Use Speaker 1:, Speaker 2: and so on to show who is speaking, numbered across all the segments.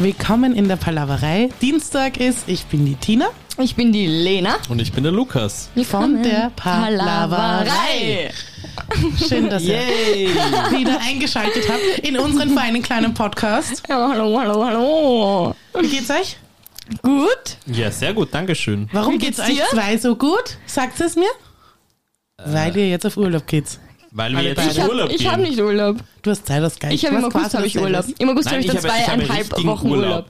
Speaker 1: Willkommen in der Palaverei. Dienstag ist, ich bin die Tina
Speaker 2: Ich bin die Lena.
Speaker 3: Und ich bin der Lukas.
Speaker 1: von der Palaverei. Schön, dass ihr
Speaker 3: Yay!
Speaker 1: wieder eingeschaltet habt in unseren feinen kleinen Podcast.
Speaker 2: Ja, hallo, hallo, hallo.
Speaker 1: Wie geht's euch?
Speaker 2: Gut?
Speaker 3: Ja, sehr gut, Dankeschön.
Speaker 1: Warum
Speaker 2: Wie
Speaker 1: geht's,
Speaker 2: geht's
Speaker 1: euch
Speaker 2: dir?
Speaker 1: zwei so gut? Sagt es mir?
Speaker 3: Äh.
Speaker 1: Weil ihr jetzt auf Urlaub geht.
Speaker 3: Weil wir
Speaker 1: Alle
Speaker 3: jetzt
Speaker 1: beide.
Speaker 2: Ich
Speaker 3: in Urlaub
Speaker 2: habe
Speaker 3: gehen.
Speaker 2: hab nicht Urlaub.
Speaker 1: Du hast Zeit aus Geil.
Speaker 2: Ich habe
Speaker 1: Du
Speaker 2: im
Speaker 1: hast
Speaker 2: August
Speaker 1: quasi
Speaker 2: habe ich
Speaker 1: dasselbe.
Speaker 2: Urlaub. Im August
Speaker 3: Nein,
Speaker 2: habe ich
Speaker 3: ich
Speaker 2: dann
Speaker 3: habe- ich habe
Speaker 2: zweieinhalb
Speaker 3: richtigen
Speaker 2: Wochen Urlaub.
Speaker 3: Urlaub.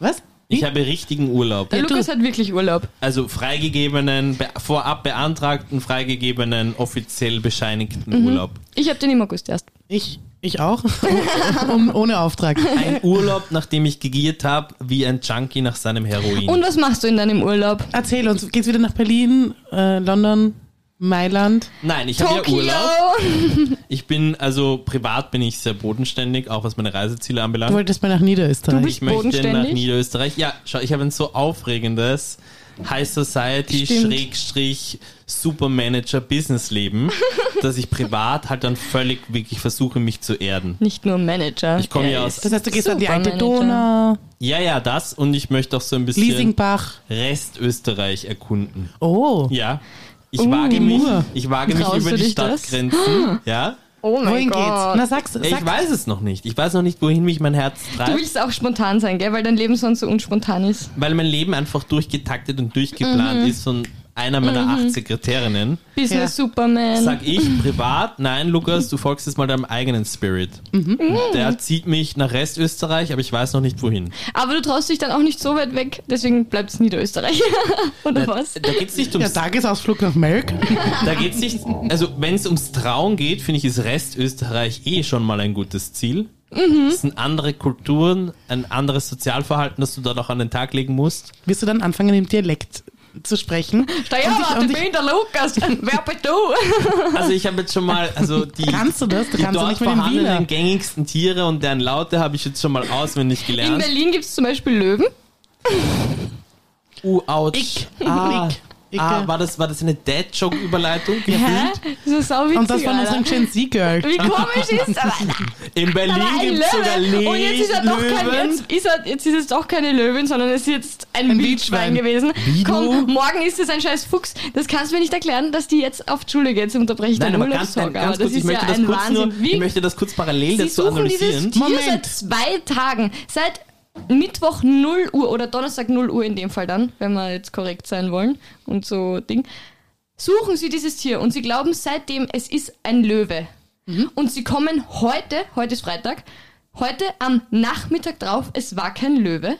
Speaker 1: Was? Hm?
Speaker 3: Ich habe richtigen Urlaub.
Speaker 2: Der
Speaker 1: Ja, du-
Speaker 2: Lukas hat wirklich Urlaub.
Speaker 3: Also freigegebenen, be vorab beantragten, freigegebenen, offiziell bescheinigten
Speaker 2: Mhm.
Speaker 3: Urlaub.
Speaker 2: Ich habe den im August erst.
Speaker 1: Ich, ich auch. um, ohne Auftrag.
Speaker 3: Ein Urlaub, nachdem ich gegiert habe, wie ein Junkie nach seinem Heroin.
Speaker 2: Und was machst du in deinem Urlaub?
Speaker 1: Erzähl uns, geht's wieder nach Berlin, äh, London, Mailand?
Speaker 3: Nein, ich habe ja
Speaker 2: Tokio!
Speaker 3: Urlaub. Ich bin, also privat bin ich sehr bodenständig, auch was meine Reiseziele anbelangt.
Speaker 1: Du wolltest mal nach Niederösterreich.
Speaker 2: Du bist-
Speaker 3: Ich möchte nach
Speaker 2: Bodenständig?
Speaker 3: Niederösterreich. Ja, schau, ich habe ein so aufregendes High Society
Speaker 2: Stimmt.
Speaker 3: Schrägstrich Supermanager Businessleben, dass ich privat halt dann völlig wirklich versuche, mich zu erden.
Speaker 2: Nicht nur Manager.
Speaker 3: Ich komme
Speaker 2: Er
Speaker 3: ja aus-
Speaker 2: ist
Speaker 1: das heißt, du gehst an die alte
Speaker 2: Supermanager.
Speaker 1: Donau,
Speaker 3: Ja, ja, das und ich möchte auch so ein bisschen
Speaker 1: Liesingbach.
Speaker 3: Rest Österreich erkunden.
Speaker 1: Oh.
Speaker 3: Ja. Ich wage mich,
Speaker 1: Mur.
Speaker 3: ich wage mich
Speaker 2: Uh, Traust
Speaker 3: über
Speaker 2: du
Speaker 3: die
Speaker 2: dich das?
Speaker 3: Stadtgrenzen. Ja.
Speaker 2: Oh mein
Speaker 1: Wohin
Speaker 2: Gott.
Speaker 1: geht's? Na, sag's.
Speaker 3: Ich
Speaker 1: sag's.
Speaker 3: weiß es noch nicht. Ich weiß noch nicht, wohin mich mein Herz treibt.
Speaker 2: Du willst auch spontan sein, gell? Weil dein Leben sonst so unspontan ist.
Speaker 3: weil mein Leben einfach durchgetaktet und durchgeplant
Speaker 2: Mhm.
Speaker 3: ist von einer meiner acht Sekretärinnen.
Speaker 2: Business Superman.
Speaker 3: Sag ich privat, nein, Lukas, du folgst jetzt mal deinem eigenen Spirit.
Speaker 1: Mhm.
Speaker 3: Der zieht mich nach Restösterreich, aber ich weiß noch nicht wohin.
Speaker 2: Aber du traust dich dann auch nicht so weit weg, deswegen bleibt es Niederösterreich. Oder
Speaker 3: Da,
Speaker 2: was?
Speaker 3: da geht's nicht
Speaker 1: Ja,
Speaker 3: ums.
Speaker 1: Tagesausflug nach Melk.
Speaker 3: Da geht's nicht. Also, wenn es ums Trauen geht, finde ich, ist Restösterreich eh schon mal ein gutes Ziel.
Speaker 1: Mhm.
Speaker 3: Es sind andere Kulturen, ein anderes Sozialverhalten, das du da noch an den Tag legen musst.
Speaker 1: Wirst du dann anfangen, im Dialekt zu sprechen?
Speaker 2: Steuer,
Speaker 1: und
Speaker 2: ich
Speaker 1: ich,
Speaker 2: bin der Lukas. Wer bist du?
Speaker 3: Also, ich habe jetzt schon mal. Also die,
Speaker 1: kannst du das? Du
Speaker 3: die
Speaker 1: kannst doch
Speaker 3: dort
Speaker 1: nicht mit dem
Speaker 3: vorhandenen
Speaker 1: Wiener.
Speaker 3: gängigsten Tiere und deren Laute habe ich jetzt schon mal auswendig
Speaker 2: In
Speaker 3: gelernt.
Speaker 2: Berlin gibt es zum Beispiel Löwen.
Speaker 3: Uh, ouch.
Speaker 1: Ich.
Speaker 3: Ah,
Speaker 1: Ich. Ich,
Speaker 3: ah,
Speaker 1: äh.
Speaker 3: war, das, war das eine Dad-Joke-Überleitung?
Speaker 2: Hä? Das ist sau witzig,
Speaker 1: Und das von
Speaker 2: Alter.
Speaker 1: unserem Gen Z-Girl.
Speaker 2: Wie komisch ist das?
Speaker 3: In Berlin
Speaker 2: Aber ein
Speaker 3: gibt es sogar
Speaker 2: Löwe.
Speaker 3: Le
Speaker 2: Und jetzt ist, er doch kein,
Speaker 3: Löwen.
Speaker 2: jetzt, ist er, jetzt ist es doch keine Löwin, sondern es ist jetzt ein,
Speaker 1: Ein Wildschwein.
Speaker 2: Wildschwein gewesen.
Speaker 3: Wie du?
Speaker 2: Komm, morgen ist es ein scheiß Fuchs. Das kannst du mir nicht erklären, dass die jetzt auf die Schule geht. Jetzt unterbreche ich
Speaker 3: Nein,
Speaker 2: deinen
Speaker 3: aber ganz,
Speaker 2: Urlaubstalk.
Speaker 3: nein, ganz
Speaker 2: Aber das
Speaker 3: kurz, ich
Speaker 2: ist ja
Speaker 3: möchte, das
Speaker 2: ein
Speaker 3: kurz nur,
Speaker 2: Wahnsinn.
Speaker 3: ich
Speaker 2: Wie
Speaker 3: möchte das kurz parallel
Speaker 2: Sie
Speaker 3: dazu
Speaker 2: suchen dieses
Speaker 3: analysieren.
Speaker 2: Tier
Speaker 1: Moment.
Speaker 2: seit zwei Tagen. Seit Mittwoch 0 Uhr oder Donnerstag 0 Uhr in dem Fall dann, wenn wir jetzt korrekt sein wollen und so Ding. Suchen sie dieses Tier und sie glauben seitdem, es ist ein Löwe.
Speaker 3: Mhm.
Speaker 2: Und sie kommen heute, heute ist Freitag, heute am Nachmittag drauf, es war kein Löwe.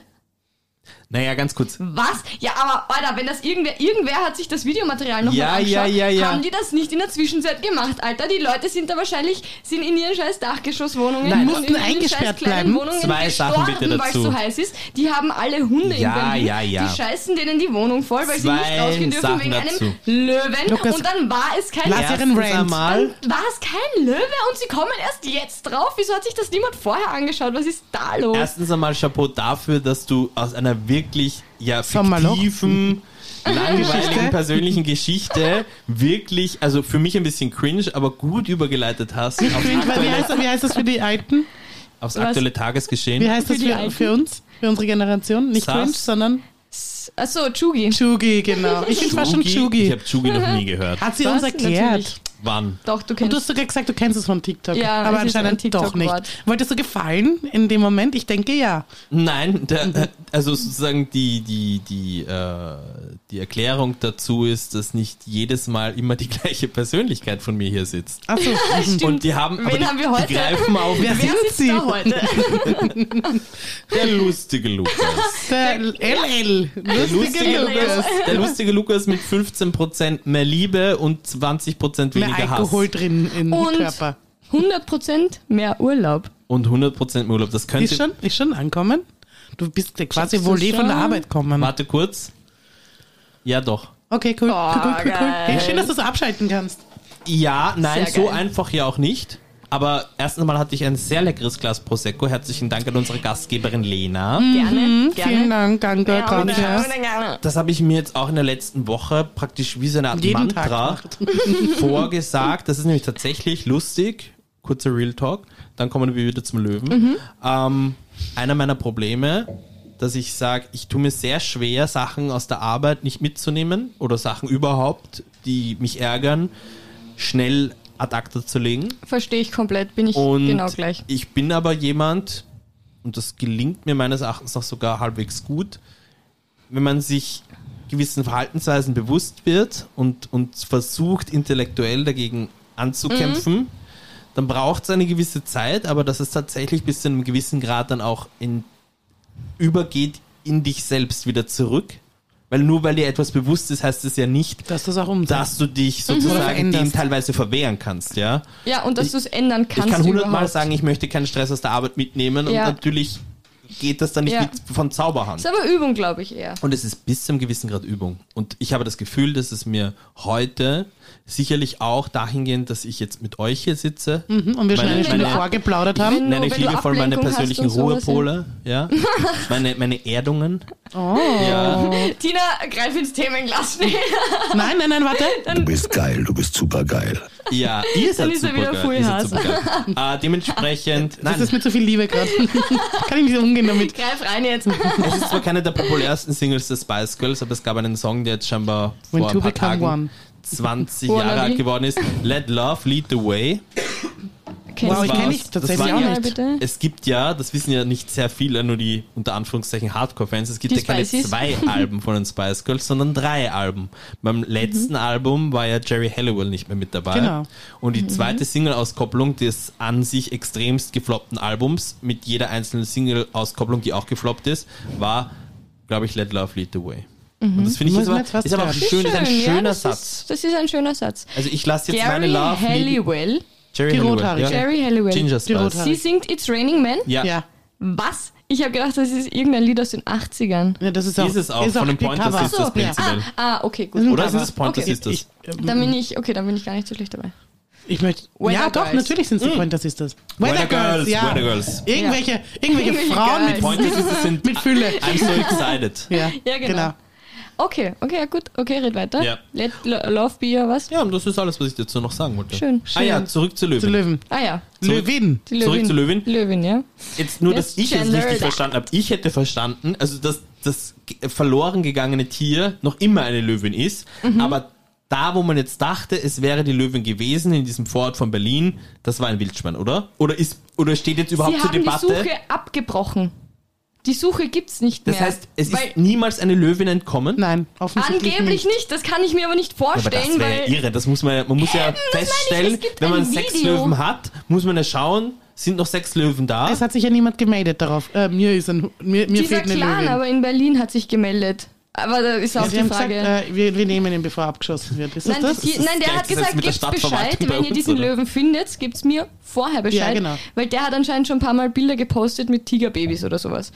Speaker 3: Naja, ganz kurz.
Speaker 2: Was? Ja, aber Alter, wenn das irgendwer, irgendwer hat sich das Videomaterial nochmal
Speaker 3: Ja,
Speaker 2: angeschaut,
Speaker 3: ja, ja, ja.
Speaker 2: haben die das nicht in der Zwischenzeit gemacht, Alter. Die Leute sind da wahrscheinlich, sind in ihren scheiß Dachgeschosswohnungen,
Speaker 1: Nein,
Speaker 2: und
Speaker 1: mussten
Speaker 2: in ihren
Speaker 1: eingesperrt
Speaker 2: scheiß kleinen
Speaker 1: bleiben.
Speaker 2: Wohnungen
Speaker 3: Zwei Sachen
Speaker 2: gestorben,
Speaker 3: bitte
Speaker 2: weil es
Speaker 3: dazu.
Speaker 2: so heiß ist. Die haben alle Hunde
Speaker 3: Ja,
Speaker 2: in Berlin,
Speaker 3: ja, ja.
Speaker 2: die scheißen denen die Wohnung voll, weil sie
Speaker 3: Zwei
Speaker 2: nicht rausgehen dürfen
Speaker 3: Sachen
Speaker 2: wegen
Speaker 3: dazu.
Speaker 2: einem Löwen
Speaker 1: Lukas,
Speaker 2: und dann war es kein
Speaker 1: lass
Speaker 2: Löwe.
Speaker 1: ihren Rant.
Speaker 3: einmal,
Speaker 2: War es kein Löwe und sie kommen erst jetzt drauf? Wieso hat sich das niemand vorher angeschaut? Was ist da los?
Speaker 3: erstens einmal Chapeau dafür, dass du aus einer wirklich ja,
Speaker 1: Sommerloch.
Speaker 3: fiktiven,
Speaker 2: Hm.
Speaker 1: Geschichte.
Speaker 3: langweiligen persönlichen Geschichte wirklich, also für mich ein bisschen cringe, aber gut übergeleitet hast aufs
Speaker 1: Cringe, weil Wie
Speaker 3: aktuelle,
Speaker 1: heißt, das- wie heißt das für die Alten?
Speaker 3: aufs
Speaker 2: halt- Was?
Speaker 3: aktuelle Tagesgeschehen.
Speaker 1: Wie heißt
Speaker 2: Für
Speaker 1: das
Speaker 2: die
Speaker 1: für,
Speaker 2: Alten?
Speaker 1: für uns? Für unsere Generation? Nicht
Speaker 3: Sass.
Speaker 1: cringe, sondern
Speaker 2: Achso, Chugi.
Speaker 1: Chugi, genau. Ich bin fast schon
Speaker 3: Ich
Speaker 1: Chugi.
Speaker 3: habe Chugi noch nie gehört.
Speaker 1: Hat sie
Speaker 2: Was?
Speaker 1: uns erklärt.
Speaker 2: Natürlich.
Speaker 3: Wann?
Speaker 2: Doch, du
Speaker 1: Und
Speaker 2: kennst
Speaker 1: du hast sogar gesagt, du kennst es von TikTok.
Speaker 2: Ja,
Speaker 1: aber
Speaker 2: es ist ein
Speaker 1: anscheinend doch nicht.
Speaker 2: TikTok-Wort.
Speaker 1: Wolltest du gefallen in dem Moment? Ich denke ja.
Speaker 3: Nein, der, also sozusagen die, die, die, äh, die Erklärung dazu ist, dass nicht jedes Mal immer die gleiche Persönlichkeit von mir hier sitzt.
Speaker 1: Achso.
Speaker 2: Stimmt.
Speaker 3: Und die haben, aber
Speaker 2: Wen
Speaker 3: die,
Speaker 2: haben wir heute?
Speaker 3: die greifen auf
Speaker 1: Also, Wer
Speaker 2: Wer
Speaker 1: sind
Speaker 2: sitzt
Speaker 1: sie?
Speaker 2: da heute?
Speaker 3: der lustige Lukas.
Speaker 1: Der LL.
Speaker 3: Der lustige
Speaker 1: Lustige
Speaker 3: Lukas,
Speaker 1: Lukas.
Speaker 3: der lustige Lukas mit 15% mehr Liebe und 20%
Speaker 1: Mehr
Speaker 3: weniger
Speaker 1: Alkohol
Speaker 3: Hass.
Speaker 1: drin im
Speaker 2: Und-
Speaker 1: Körper.
Speaker 2: 100% mehr Urlaub.
Speaker 3: Und 100% mehr Urlaub. Das könnte,
Speaker 1: Ist schon, ist schon ankommen? Du bist quasi
Speaker 2: Checkst du
Speaker 1: wohl eh von der
Speaker 2: schon?
Speaker 1: Arbeit kommen.
Speaker 3: warte kurz. Ja, doch.
Speaker 1: Okay, cool.
Speaker 2: Oh,
Speaker 1: cool, cool, cool, cool.
Speaker 2: geil.
Speaker 1: Hey, schön, dass du so abschalten kannst.
Speaker 3: Ja, nein,
Speaker 2: Sehr
Speaker 3: so
Speaker 2: geil.
Speaker 3: einfach ja auch nicht. Aber erst einmal hatte ich ein sehr leckeres Glas Prosecco. Herzlichen Dank an unsere Gastgeberin Lena.
Speaker 2: Gerne,
Speaker 1: Vielen Dank, danke,
Speaker 2: Ja, und
Speaker 1: danke.
Speaker 2: gerne, und gerne.
Speaker 3: Das habe ich mir jetzt auch in der letzten Woche praktisch wie so eine Art
Speaker 1: Jeden Tag
Speaker 3: Mantra vorgesagt. Das ist nämlich tatsächlich lustig. Kurzer Real Talk. Dann kommen wir wieder zum Löwen. Ähm, einer meiner Probleme, dass ich sage, ich tue mir sehr schwer, Sachen aus der Arbeit nicht mitzunehmen oder Sachen überhaupt, die mich ärgern, schnell ad acta zu legen.
Speaker 2: Verstehe ich komplett, bin ich
Speaker 3: Und
Speaker 2: genau gleich.
Speaker 3: ich bin aber jemand, und das gelingt mir meines Erachtens auch sogar halbwegs gut, wenn man sich gewissen Verhaltensweisen bewusst wird und, und versucht, intellektuell dagegen anzukämpfen, dann braucht es eine gewisse Zeit, aber dass es tatsächlich bis zu einem gewissen Grad dann auch in, übergeht in dich selbst wieder zurück. Weil nur weil dir etwas bewusst ist, heißt es ja nicht,
Speaker 1: Dass das auch umsetzt.
Speaker 3: dass du dich
Speaker 1: Oder
Speaker 3: sozusagen
Speaker 1: veränderst.
Speaker 3: dem teilweise verwehren kannst, ja.
Speaker 2: Ja, und dass du es ändern kannst.
Speaker 3: Ich kann hundertmal
Speaker 2: überhaupt.
Speaker 3: sagen, ich möchte keinen Stress aus der Arbeit mitnehmen
Speaker 2: Ja.
Speaker 3: und natürlich geht das dann nicht
Speaker 2: Ja.
Speaker 3: mit von Zauberhand.
Speaker 2: Ist aber Übung, glaube ich eher.
Speaker 3: Und es ist bis zu einem gewissen Grad Übung. Und ich habe das Gefühl, dass es mir heute sicherlich auch dahingehend, dass ich jetzt mit euch hier sitze,
Speaker 1: Mhm, und wir schon
Speaker 3: Meine-
Speaker 1: eine Stunde
Speaker 2: meine-
Speaker 1: vorgeplaudert haben.
Speaker 3: nenne
Speaker 2: Nur
Speaker 3: ich
Speaker 2: wenn du
Speaker 3: liebevoll meine
Speaker 2: Ablenkung hast
Speaker 3: persönlichen
Speaker 2: und sowas, ja.
Speaker 3: Ruhepole, ja, meine, meine Erdungen,
Speaker 1: Oh.
Speaker 3: ja.
Speaker 2: Tina, greif ins Themenglas schnell.
Speaker 1: Nein, nein, nein, warte.
Speaker 4: Du bist geil, du bist super geil.
Speaker 3: Ja, ihr seid
Speaker 2: ist er
Speaker 3: super
Speaker 2: wieder Full
Speaker 3: geil. Ihr seid
Speaker 2: House.
Speaker 3: super geil. Äh, dementsprechend,
Speaker 1: Das
Speaker 3: nein,
Speaker 1: ist mit zu viel Liebe gerade. Kann ich nicht umgehen damit.
Speaker 2: Greif rein jetzt.
Speaker 3: es ist zwar keine der populärsten Singles der Spice Girls, aber es gab einen Song, der jetzt scheinbar
Speaker 1: When
Speaker 3: vor
Speaker 1: two
Speaker 3: ein paar
Speaker 1: become
Speaker 3: Tagen
Speaker 1: one.
Speaker 3: 20
Speaker 2: Wannabe.
Speaker 3: Jahre alt geworden ist. Let Love Lead the Way.
Speaker 1: Wow, ich
Speaker 3: war's.
Speaker 1: kenne dich
Speaker 3: Das
Speaker 1: tatsächlich
Speaker 3: war's.
Speaker 1: auch
Speaker 2: Mal
Speaker 1: nicht.
Speaker 2: bitte.
Speaker 3: Es gibt ja, das wissen ja nicht sehr viele, nur die unter Anführungszeichen Hardcore-Fans, es gibt
Speaker 2: Die
Speaker 3: ja keine
Speaker 2: Spices.
Speaker 3: zwei Alben von den Spice Girls, sondern drei Alben. Beim letzten Album war ja Jerry Halliwell nicht mehr mit dabei.
Speaker 1: Genau.
Speaker 3: Und die zweite Single-Auskopplung des an sich extremst gefloppten Albums, mit jeder einzelnen Single-Auskopplung, die auch gefloppt ist, war, glaube ich, Let Love Lead the Way. Und das finde ich
Speaker 1: Muss
Speaker 3: jetzt
Speaker 1: man
Speaker 3: aber,
Speaker 1: jetzt was
Speaker 3: ist aber auch
Speaker 1: sagen.
Speaker 3: schön, ist ein
Speaker 2: ja,
Speaker 3: schöner
Speaker 2: das
Speaker 3: Satz.
Speaker 2: Ist, das ist ein schöner Satz.
Speaker 3: Also ich lasse jetzt meine
Speaker 2: Gary
Speaker 3: Love Lead-
Speaker 2: Halliwell.
Speaker 3: Jerry
Speaker 1: Die
Speaker 3: Halliwell.
Speaker 1: Rothaarige.
Speaker 3: Ja.
Speaker 2: Gary Halliwell.
Speaker 3: Ginger
Speaker 1: Die
Speaker 3: Spice.
Speaker 1: Rothaarige.
Speaker 2: Sie singt It's Raining Men.
Speaker 1: Ja.
Speaker 2: Was? Ich habe gedacht, das ist irgendein Lied aus den 80ern.
Speaker 1: ja, das ist auch.
Speaker 3: Ist es auch, von den
Speaker 1: die
Speaker 3: Pointer
Speaker 1: Cover.
Speaker 3: Sisters
Speaker 1: Ja.
Speaker 3: Prinzip.
Speaker 2: Ah,
Speaker 3: Prinzipiell.
Speaker 2: ah, okay,
Speaker 1: Das ist ein
Speaker 2: gut.
Speaker 3: Oder sind
Speaker 1: Cover.
Speaker 3: das Pointer
Speaker 2: Okay.
Speaker 3: Sisters?
Speaker 1: Ich, ähm,
Speaker 2: Dann bin ich, okay, dann bin ich gar nicht so schlecht dabei.
Speaker 1: ich möchte.
Speaker 2: Weather Mhm.
Speaker 1: ja, doch,
Speaker 2: Girls.
Speaker 1: natürlich sind es die Pointer Sisters.
Speaker 3: Weather Girls,
Speaker 1: ja.
Speaker 3: Weather Girls.
Speaker 1: Irgendwelche, irgendwelche
Speaker 2: Irgendwelche
Speaker 1: Frauen mit,
Speaker 2: Girls.
Speaker 3: Point ist, es sind.
Speaker 1: mit Fülle.
Speaker 3: I'm so excited.
Speaker 1: Ja,
Speaker 2: Ja, genau.
Speaker 1: genau.
Speaker 2: Okay, okay, ja, gut. Okay, red weiter.
Speaker 3: Ja.
Speaker 2: Let lo- Love Beer, was?
Speaker 3: Ja, und das ist alles, was ich dazu noch sagen wollte.
Speaker 2: Schön,
Speaker 3: Ah
Speaker 2: schön.
Speaker 3: ja, zurück zu Löwen.
Speaker 1: Zu Löwen.
Speaker 2: Ah ja,
Speaker 3: Zurück-
Speaker 1: Löwin.
Speaker 2: die Löwin.
Speaker 3: Zurück zu Löwin.
Speaker 2: Löwin, ja.
Speaker 3: Jetzt nur,
Speaker 2: Yes,
Speaker 3: dass ich es
Speaker 2: gender
Speaker 3: richtig
Speaker 2: that.
Speaker 3: verstanden habe. Ich hätte verstanden, also dass das ge- verloren gegangene Tier noch immer eine Löwin ist, aber da, wo man jetzt dachte, es wäre die Löwin gewesen, in diesem Vorort von Berlin, das war ein Wildschwein, oder? Oder ist oder steht jetzt überhaupt
Speaker 2: Sie
Speaker 3: zur
Speaker 2: haben
Speaker 3: Debatte?
Speaker 2: die Suche abgebrochen. Die Suche gibt's nicht
Speaker 3: das
Speaker 2: mehr.
Speaker 3: heißt, es
Speaker 2: weil
Speaker 3: ist niemals eine Löwin entkommen?
Speaker 1: Nein, offensichtlich.
Speaker 2: angeblich
Speaker 1: nicht.
Speaker 2: nicht. Das kann ich mir aber nicht
Speaker 3: Aber das
Speaker 2: vorstellen,
Speaker 3: wäre ja
Speaker 2: weil
Speaker 3: irre. Das muss man, ja- man muss ja
Speaker 2: Eben, das meine ich,
Speaker 3: feststellen,
Speaker 2: es gibt
Speaker 3: wenn
Speaker 2: ein
Speaker 3: man sechs
Speaker 2: Video.
Speaker 3: Löwen hat, muss man ja schauen, sind noch sechs Löwen da?
Speaker 1: Es hat sich ja niemand gemeldet darauf. Äh, mir ist ein, mir, mir
Speaker 2: dieser
Speaker 1: fehlt eine
Speaker 2: Clan
Speaker 1: Löwin.
Speaker 2: aber in Berlin hat sich gemeldet. Aber da ist auch
Speaker 1: Sie
Speaker 2: die
Speaker 1: haben
Speaker 2: Frage.
Speaker 1: gesagt, äh, wir, wir nehmen ihn, bevor er abgeschossen wird. Ist
Speaker 2: Nein,
Speaker 1: das das?
Speaker 2: die-
Speaker 3: das
Speaker 2: nein, der hat
Speaker 3: Geilste, das
Speaker 2: gesagt,
Speaker 3: mit der
Speaker 2: gebt Bescheid,
Speaker 3: Stadtverwaltung bei
Speaker 2: wenn ihr
Speaker 3: uns,
Speaker 2: diesen
Speaker 3: oder?
Speaker 2: Löwen findet, gibt's mir vorher Bescheid.
Speaker 1: genau.
Speaker 2: Weil der hat anscheinend schon ein paar Mal Bilder gepostet mit Tigerbabys oder sowas.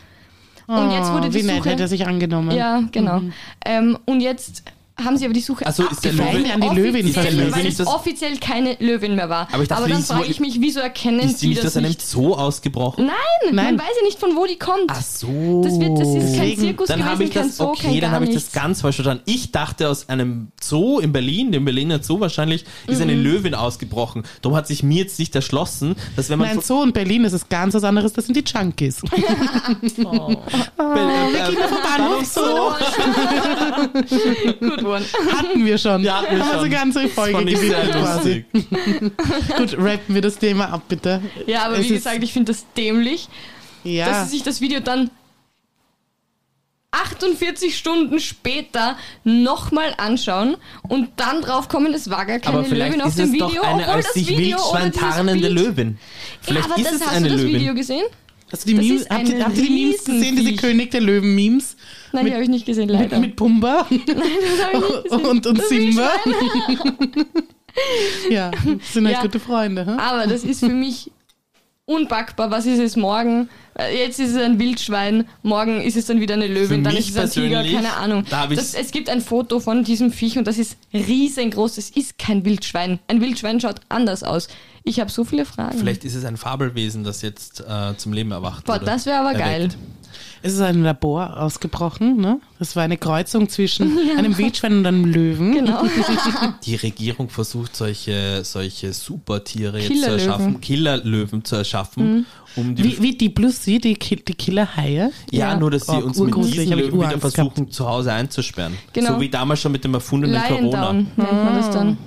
Speaker 2: Und jetzt wurde
Speaker 1: oh,
Speaker 2: die
Speaker 1: wie nett,
Speaker 2: Suche.
Speaker 1: hätte er sich angenommen.
Speaker 2: ja, genau. Ähm, und jetzt haben sie aber die Suche
Speaker 3: Mhm. Also ist der
Speaker 2: abgebrochen,
Speaker 3: Löwe-
Speaker 1: An die Löwin
Speaker 2: offiziell,
Speaker 1: verliehen.
Speaker 3: Ist der
Speaker 2: weil
Speaker 3: Löwe
Speaker 2: es
Speaker 3: nicht das-
Speaker 2: offiziell keine Löwin mehr war.
Speaker 3: Aber ich dachte,
Speaker 2: dann
Speaker 3: die ist
Speaker 2: frage
Speaker 3: wohl-
Speaker 2: ich mich, wieso erkennen
Speaker 3: Ist die nicht
Speaker 2: das
Speaker 3: aus einem
Speaker 2: nicht?
Speaker 3: Zoo ausgebrochen?
Speaker 2: Nein,
Speaker 1: Nein.
Speaker 2: man weiß ja nicht, von wo die kommt.
Speaker 3: Ach so.
Speaker 2: Das, wird, das ist kein
Speaker 1: Deswegen-
Speaker 2: Zirkus
Speaker 3: dann habe
Speaker 2: gewesen,
Speaker 3: ich
Speaker 2: kein
Speaker 3: das,
Speaker 2: Zoo,
Speaker 3: okay,
Speaker 2: kein
Speaker 3: dann
Speaker 2: gar
Speaker 3: habe ich
Speaker 2: nichts.
Speaker 3: das ganz falsch verstanden. Ich dachte, aus einem Zoo in Berlin, dem Berliner Zoo wahrscheinlich, ist
Speaker 2: Mhm.
Speaker 3: eine Löwin ausgebrochen. Darum hat sich mir jetzt nicht erschlossen, dass wenn man
Speaker 1: Nein, so in Berlin ist es ganz was anderes, das sind die Junkies.
Speaker 3: von Berlin, äh,
Speaker 1: vom Bahnhof so.
Speaker 2: Good one.
Speaker 1: Hatten wir schon.
Speaker 3: Ja, hatten wir
Speaker 1: Also
Speaker 3: schon.
Speaker 1: ganze
Speaker 3: das
Speaker 1: Folge
Speaker 3: fand ich sehr
Speaker 1: gewidmet quasi.
Speaker 3: lustig.
Speaker 1: Gut, rappen wir das Thema ab, bitte.
Speaker 2: Ja, aber
Speaker 1: Es
Speaker 2: wie
Speaker 1: ist-
Speaker 2: gesagt, ich finde das dämlich,
Speaker 1: ja.
Speaker 2: dass sie sich das Video dann 48 Stunden später nochmal anschauen und dann drauf kommen, es war gar keine
Speaker 3: Aber
Speaker 2: Löwin
Speaker 3: vielleicht
Speaker 2: auf
Speaker 3: ist es
Speaker 2: dem Video,
Speaker 3: doch eine
Speaker 2: obwohl
Speaker 3: als
Speaker 2: das
Speaker 3: sich
Speaker 2: Video oder
Speaker 3: Wildschwein
Speaker 2: dieses
Speaker 3: tarnende
Speaker 2: Bild-
Speaker 3: Löwin. Vielleicht
Speaker 2: ja, aber
Speaker 3: ist
Speaker 2: das
Speaker 3: es
Speaker 2: hast
Speaker 3: eine
Speaker 2: du das
Speaker 3: Löwin.
Speaker 2: Video gesehen?
Speaker 1: Hast du die
Speaker 2: Das
Speaker 1: Memes,
Speaker 2: ist
Speaker 1: habt, ihr,
Speaker 2: eine
Speaker 1: habt ihr die Memes gesehen, diese
Speaker 2: Riesenviech.
Speaker 1: König der Löwen-Memes?
Speaker 2: Nein, die habe ich nicht gesehen, leider.
Speaker 1: Mit Pumba
Speaker 2: das habe ich nicht gesehen.
Speaker 1: und, und
Speaker 2: Das
Speaker 1: Simba. ja, sind halt
Speaker 2: Ja.
Speaker 1: gute Freunde. Hm?
Speaker 2: Aber das ist für mich unpackbar. Was ist es morgen? Äh, Jetzt ist es ein Wildschwein, morgen ist es dann wieder eine Löwin, dann
Speaker 3: mich
Speaker 2: ist es ein Tiger,
Speaker 3: persönlich,
Speaker 2: keine Ahnung.
Speaker 3: da hab
Speaker 2: Das,
Speaker 3: ich's-
Speaker 2: es gibt ein Foto von diesem Viech und das ist riesengroß. Das ist kein Wildschwein. Ein Wildschwein schaut anders aus. Ich habe so viele Fragen.
Speaker 3: Vielleicht ist es ein Fabelwesen, das jetzt äh, zum Leben erwacht
Speaker 2: Boah,
Speaker 3: wurde.
Speaker 2: das wäre aber
Speaker 3: Erweckt.
Speaker 2: geil.
Speaker 1: Es ist ein Labor ausgebrochen, ne? Das war eine Kreuzung zwischen einem Wildschwein und einem Löwen.
Speaker 2: Genau.
Speaker 3: Die Regierung versucht, solche, solche Supertiere jetzt zu
Speaker 2: Killerlöwen. Mhm.
Speaker 3: erschaffen, Killerlöwen zu erschaffen, um die.
Speaker 1: Wie, wie die Blussi, die, Ki- die Killerhaie.
Speaker 3: ja,
Speaker 2: Ja.
Speaker 3: nur dass sie
Speaker 1: Oh,
Speaker 3: uns mit
Speaker 1: urgruselig,
Speaker 3: diesen
Speaker 1: hab ich
Speaker 3: Löwen wieder
Speaker 1: Urangst
Speaker 3: versuchen, zu Hause einzusperren.
Speaker 2: Genau.
Speaker 3: So wie damals schon mit dem erfundenen
Speaker 2: Lion
Speaker 3: Corona.
Speaker 2: Down nennt man das dann.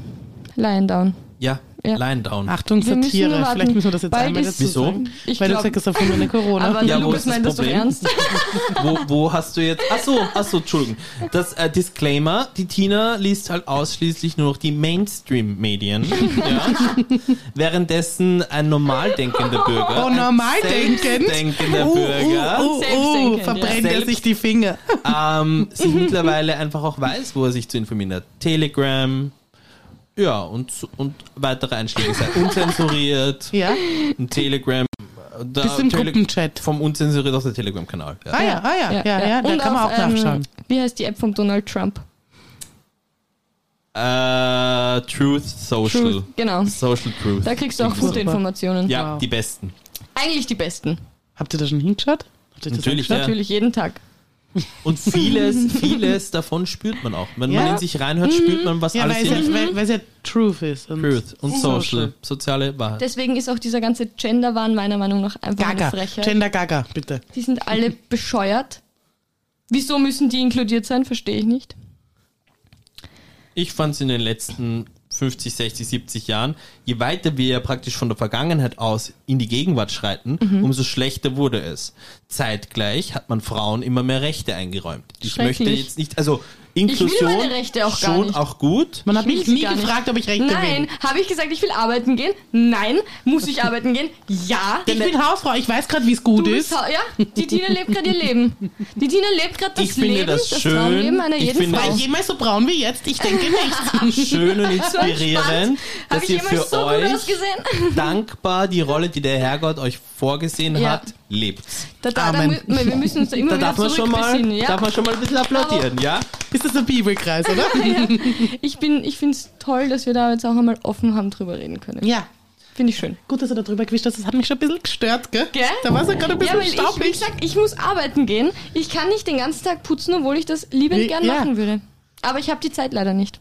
Speaker 2: Lion Down.
Speaker 3: Ja,
Speaker 2: Ja.
Speaker 3: Lion Down.
Speaker 1: Achtung,
Speaker 2: Wir müssen
Speaker 1: Satire.
Speaker 2: warten.
Speaker 1: Vielleicht müssen wir das jetzt
Speaker 2: Bald
Speaker 1: einmal
Speaker 2: ist-
Speaker 1: dazu
Speaker 3: Wieso?
Speaker 1: sagen.
Speaker 2: Ich
Speaker 1: Weil
Speaker 2: glaub-
Speaker 1: du sagst, erfundene Corona.
Speaker 2: Aber
Speaker 3: Ja,
Speaker 2: ja,
Speaker 3: wo
Speaker 2: Lukas
Speaker 3: ist das
Speaker 2: meint das doch
Speaker 3: Problem?
Speaker 2: ernst.
Speaker 3: Wo, wo hast du jetzt. Achso, achso, Entschuldigung. Das äh, Disclaimer: Die Tina liest halt ausschließlich nur noch die Mainstream-Medien. Ja? Währenddessen ein normal denkender Bürger.
Speaker 1: Oh, Uh, normal denkend?
Speaker 3: denkender Bürger.
Speaker 1: oh, oh, oh,
Speaker 2: Selbstdenkend,
Speaker 1: verbrennt
Speaker 3: ja.
Speaker 1: er
Speaker 3: Selbst-
Speaker 1: sich die Finger.
Speaker 3: ähm, sich mittlerweile einfach auch weiß, wo er sich zu informieren hat. Telegram, ja, und, und weitere Einschläge sei unzensuriert,
Speaker 1: Ja,
Speaker 3: ein Telegram. äh, Da,
Speaker 1: Bis im Gruppenchat.
Speaker 3: Vom unzensuriert auf der Telegram-Kanal. Ja.
Speaker 1: ah ja, ah ja, ja, ja, da
Speaker 2: Und
Speaker 1: kann man
Speaker 2: auf,
Speaker 1: auch nachschauen.
Speaker 2: Ähm, wie heißt die App von Donald Trump?
Speaker 3: Äh, Truth Social.
Speaker 2: Truth, genau.
Speaker 3: Social Truth.
Speaker 2: Da kriegst du auch
Speaker 3: Irgendwie so.
Speaker 2: gute Informationen.
Speaker 3: Ja,
Speaker 1: Wow.
Speaker 3: die besten.
Speaker 2: Eigentlich die besten.
Speaker 1: Habt ihr da schon hingeschaut? Habt ihr das
Speaker 3: Natürlich,
Speaker 1: angeschaut?
Speaker 3: ja.
Speaker 2: Natürlich jeden Tag.
Speaker 3: Und vieles, vieles davon spürt man auch. Wenn man
Speaker 1: Ja.
Speaker 3: in sich
Speaker 2: Mhm.
Speaker 3: reinhört, spürt man, was
Speaker 1: Ja,
Speaker 3: alles
Speaker 1: weil es
Speaker 3: in
Speaker 1: ja, weil, weil es ja Truth ist. Und
Speaker 3: Truth und Social, soziale Wahrheit.
Speaker 2: Deswegen ist auch dieser ganze Gender-Wahn meiner Meinung nach einfach eine
Speaker 1: Gaga.
Speaker 2: Frechheit.
Speaker 1: Gender Gaga, bitte.
Speaker 2: die sind alle bescheuert. Wieso müssen die inkludiert sein? Verstehe ich nicht.
Speaker 3: Ich fand es in den letzten 50, 60, 70 Jahren, je weiter wir ja praktisch von der Vergangenheit aus in die Gegenwart schreiten,
Speaker 2: Mhm.
Speaker 3: umso schlechter wurde es. Zeitgleich hat man Frauen immer mehr Rechte eingeräumt. Ich
Speaker 2: Schrecklich.
Speaker 3: möchte jetzt nicht, also Inklusion
Speaker 2: meine Rechte auch gar
Speaker 3: schon
Speaker 2: nicht.
Speaker 3: auch gut.
Speaker 1: Man hat
Speaker 2: Ich
Speaker 1: mich
Speaker 2: will
Speaker 1: nie
Speaker 2: sie gar
Speaker 1: gefragt, ob ich Rechte
Speaker 2: Nein,
Speaker 1: will.
Speaker 2: habe ich gesagt, ich will arbeiten gehen? Nein. Muss ich arbeiten gehen? Ja.
Speaker 1: Ich bin Hausfrau, ich weiß gerade, wie es gut
Speaker 2: Du bist
Speaker 1: ist.
Speaker 2: hau- ja, die Tina lebt gerade ihr Leben. Die Tina lebt gerade das
Speaker 3: Ich finde
Speaker 2: Leben,
Speaker 3: das
Speaker 2: das
Speaker 3: schön.
Speaker 2: Traumleben einer
Speaker 3: Ich
Speaker 2: jeden
Speaker 3: finde
Speaker 2: Frau.
Speaker 1: War
Speaker 3: das
Speaker 1: ich jemals so braun wie jetzt? Ich denke nicht.
Speaker 3: Schön und
Speaker 2: Habe
Speaker 3: inspirierend, dass
Speaker 2: ich
Speaker 3: ihr für
Speaker 2: jemals so gut
Speaker 3: euch
Speaker 2: ausgesehen?
Speaker 3: dankbar die Rolle, die der Herrgott euch vorgesehen
Speaker 2: Ja.
Speaker 3: hat, lebt.
Speaker 2: Da, da, da,
Speaker 1: Amen.
Speaker 2: mü- wir müssen uns da immer
Speaker 3: Da
Speaker 2: wieder
Speaker 3: darf man, schon mal,
Speaker 2: zurückbesinnen. Ja.
Speaker 3: darf man schon mal ein bisschen applaudieren, ja?
Speaker 1: Ist das ein Bibelkreis, oder?
Speaker 2: Ich, bin, ich finde es toll, dass wir da jetzt auch einmal offen haben drüber reden können.
Speaker 1: ja.
Speaker 2: Finde ich schön.
Speaker 1: Gut, dass du da drüber gewischt hast. Das hat mich schon ein bisschen gestört, gell?
Speaker 2: Gell?
Speaker 1: Da war es ja gerade ein
Speaker 2: Ja,
Speaker 1: bisschen
Speaker 2: weil ich, wie
Speaker 1: staubig.
Speaker 2: gesagt, ich muss arbeiten gehen. Ich kann nicht den ganzen Tag putzen, obwohl ich das liebend
Speaker 1: Ja.
Speaker 2: gern machen würde. Aber ich habe die Zeit leider nicht.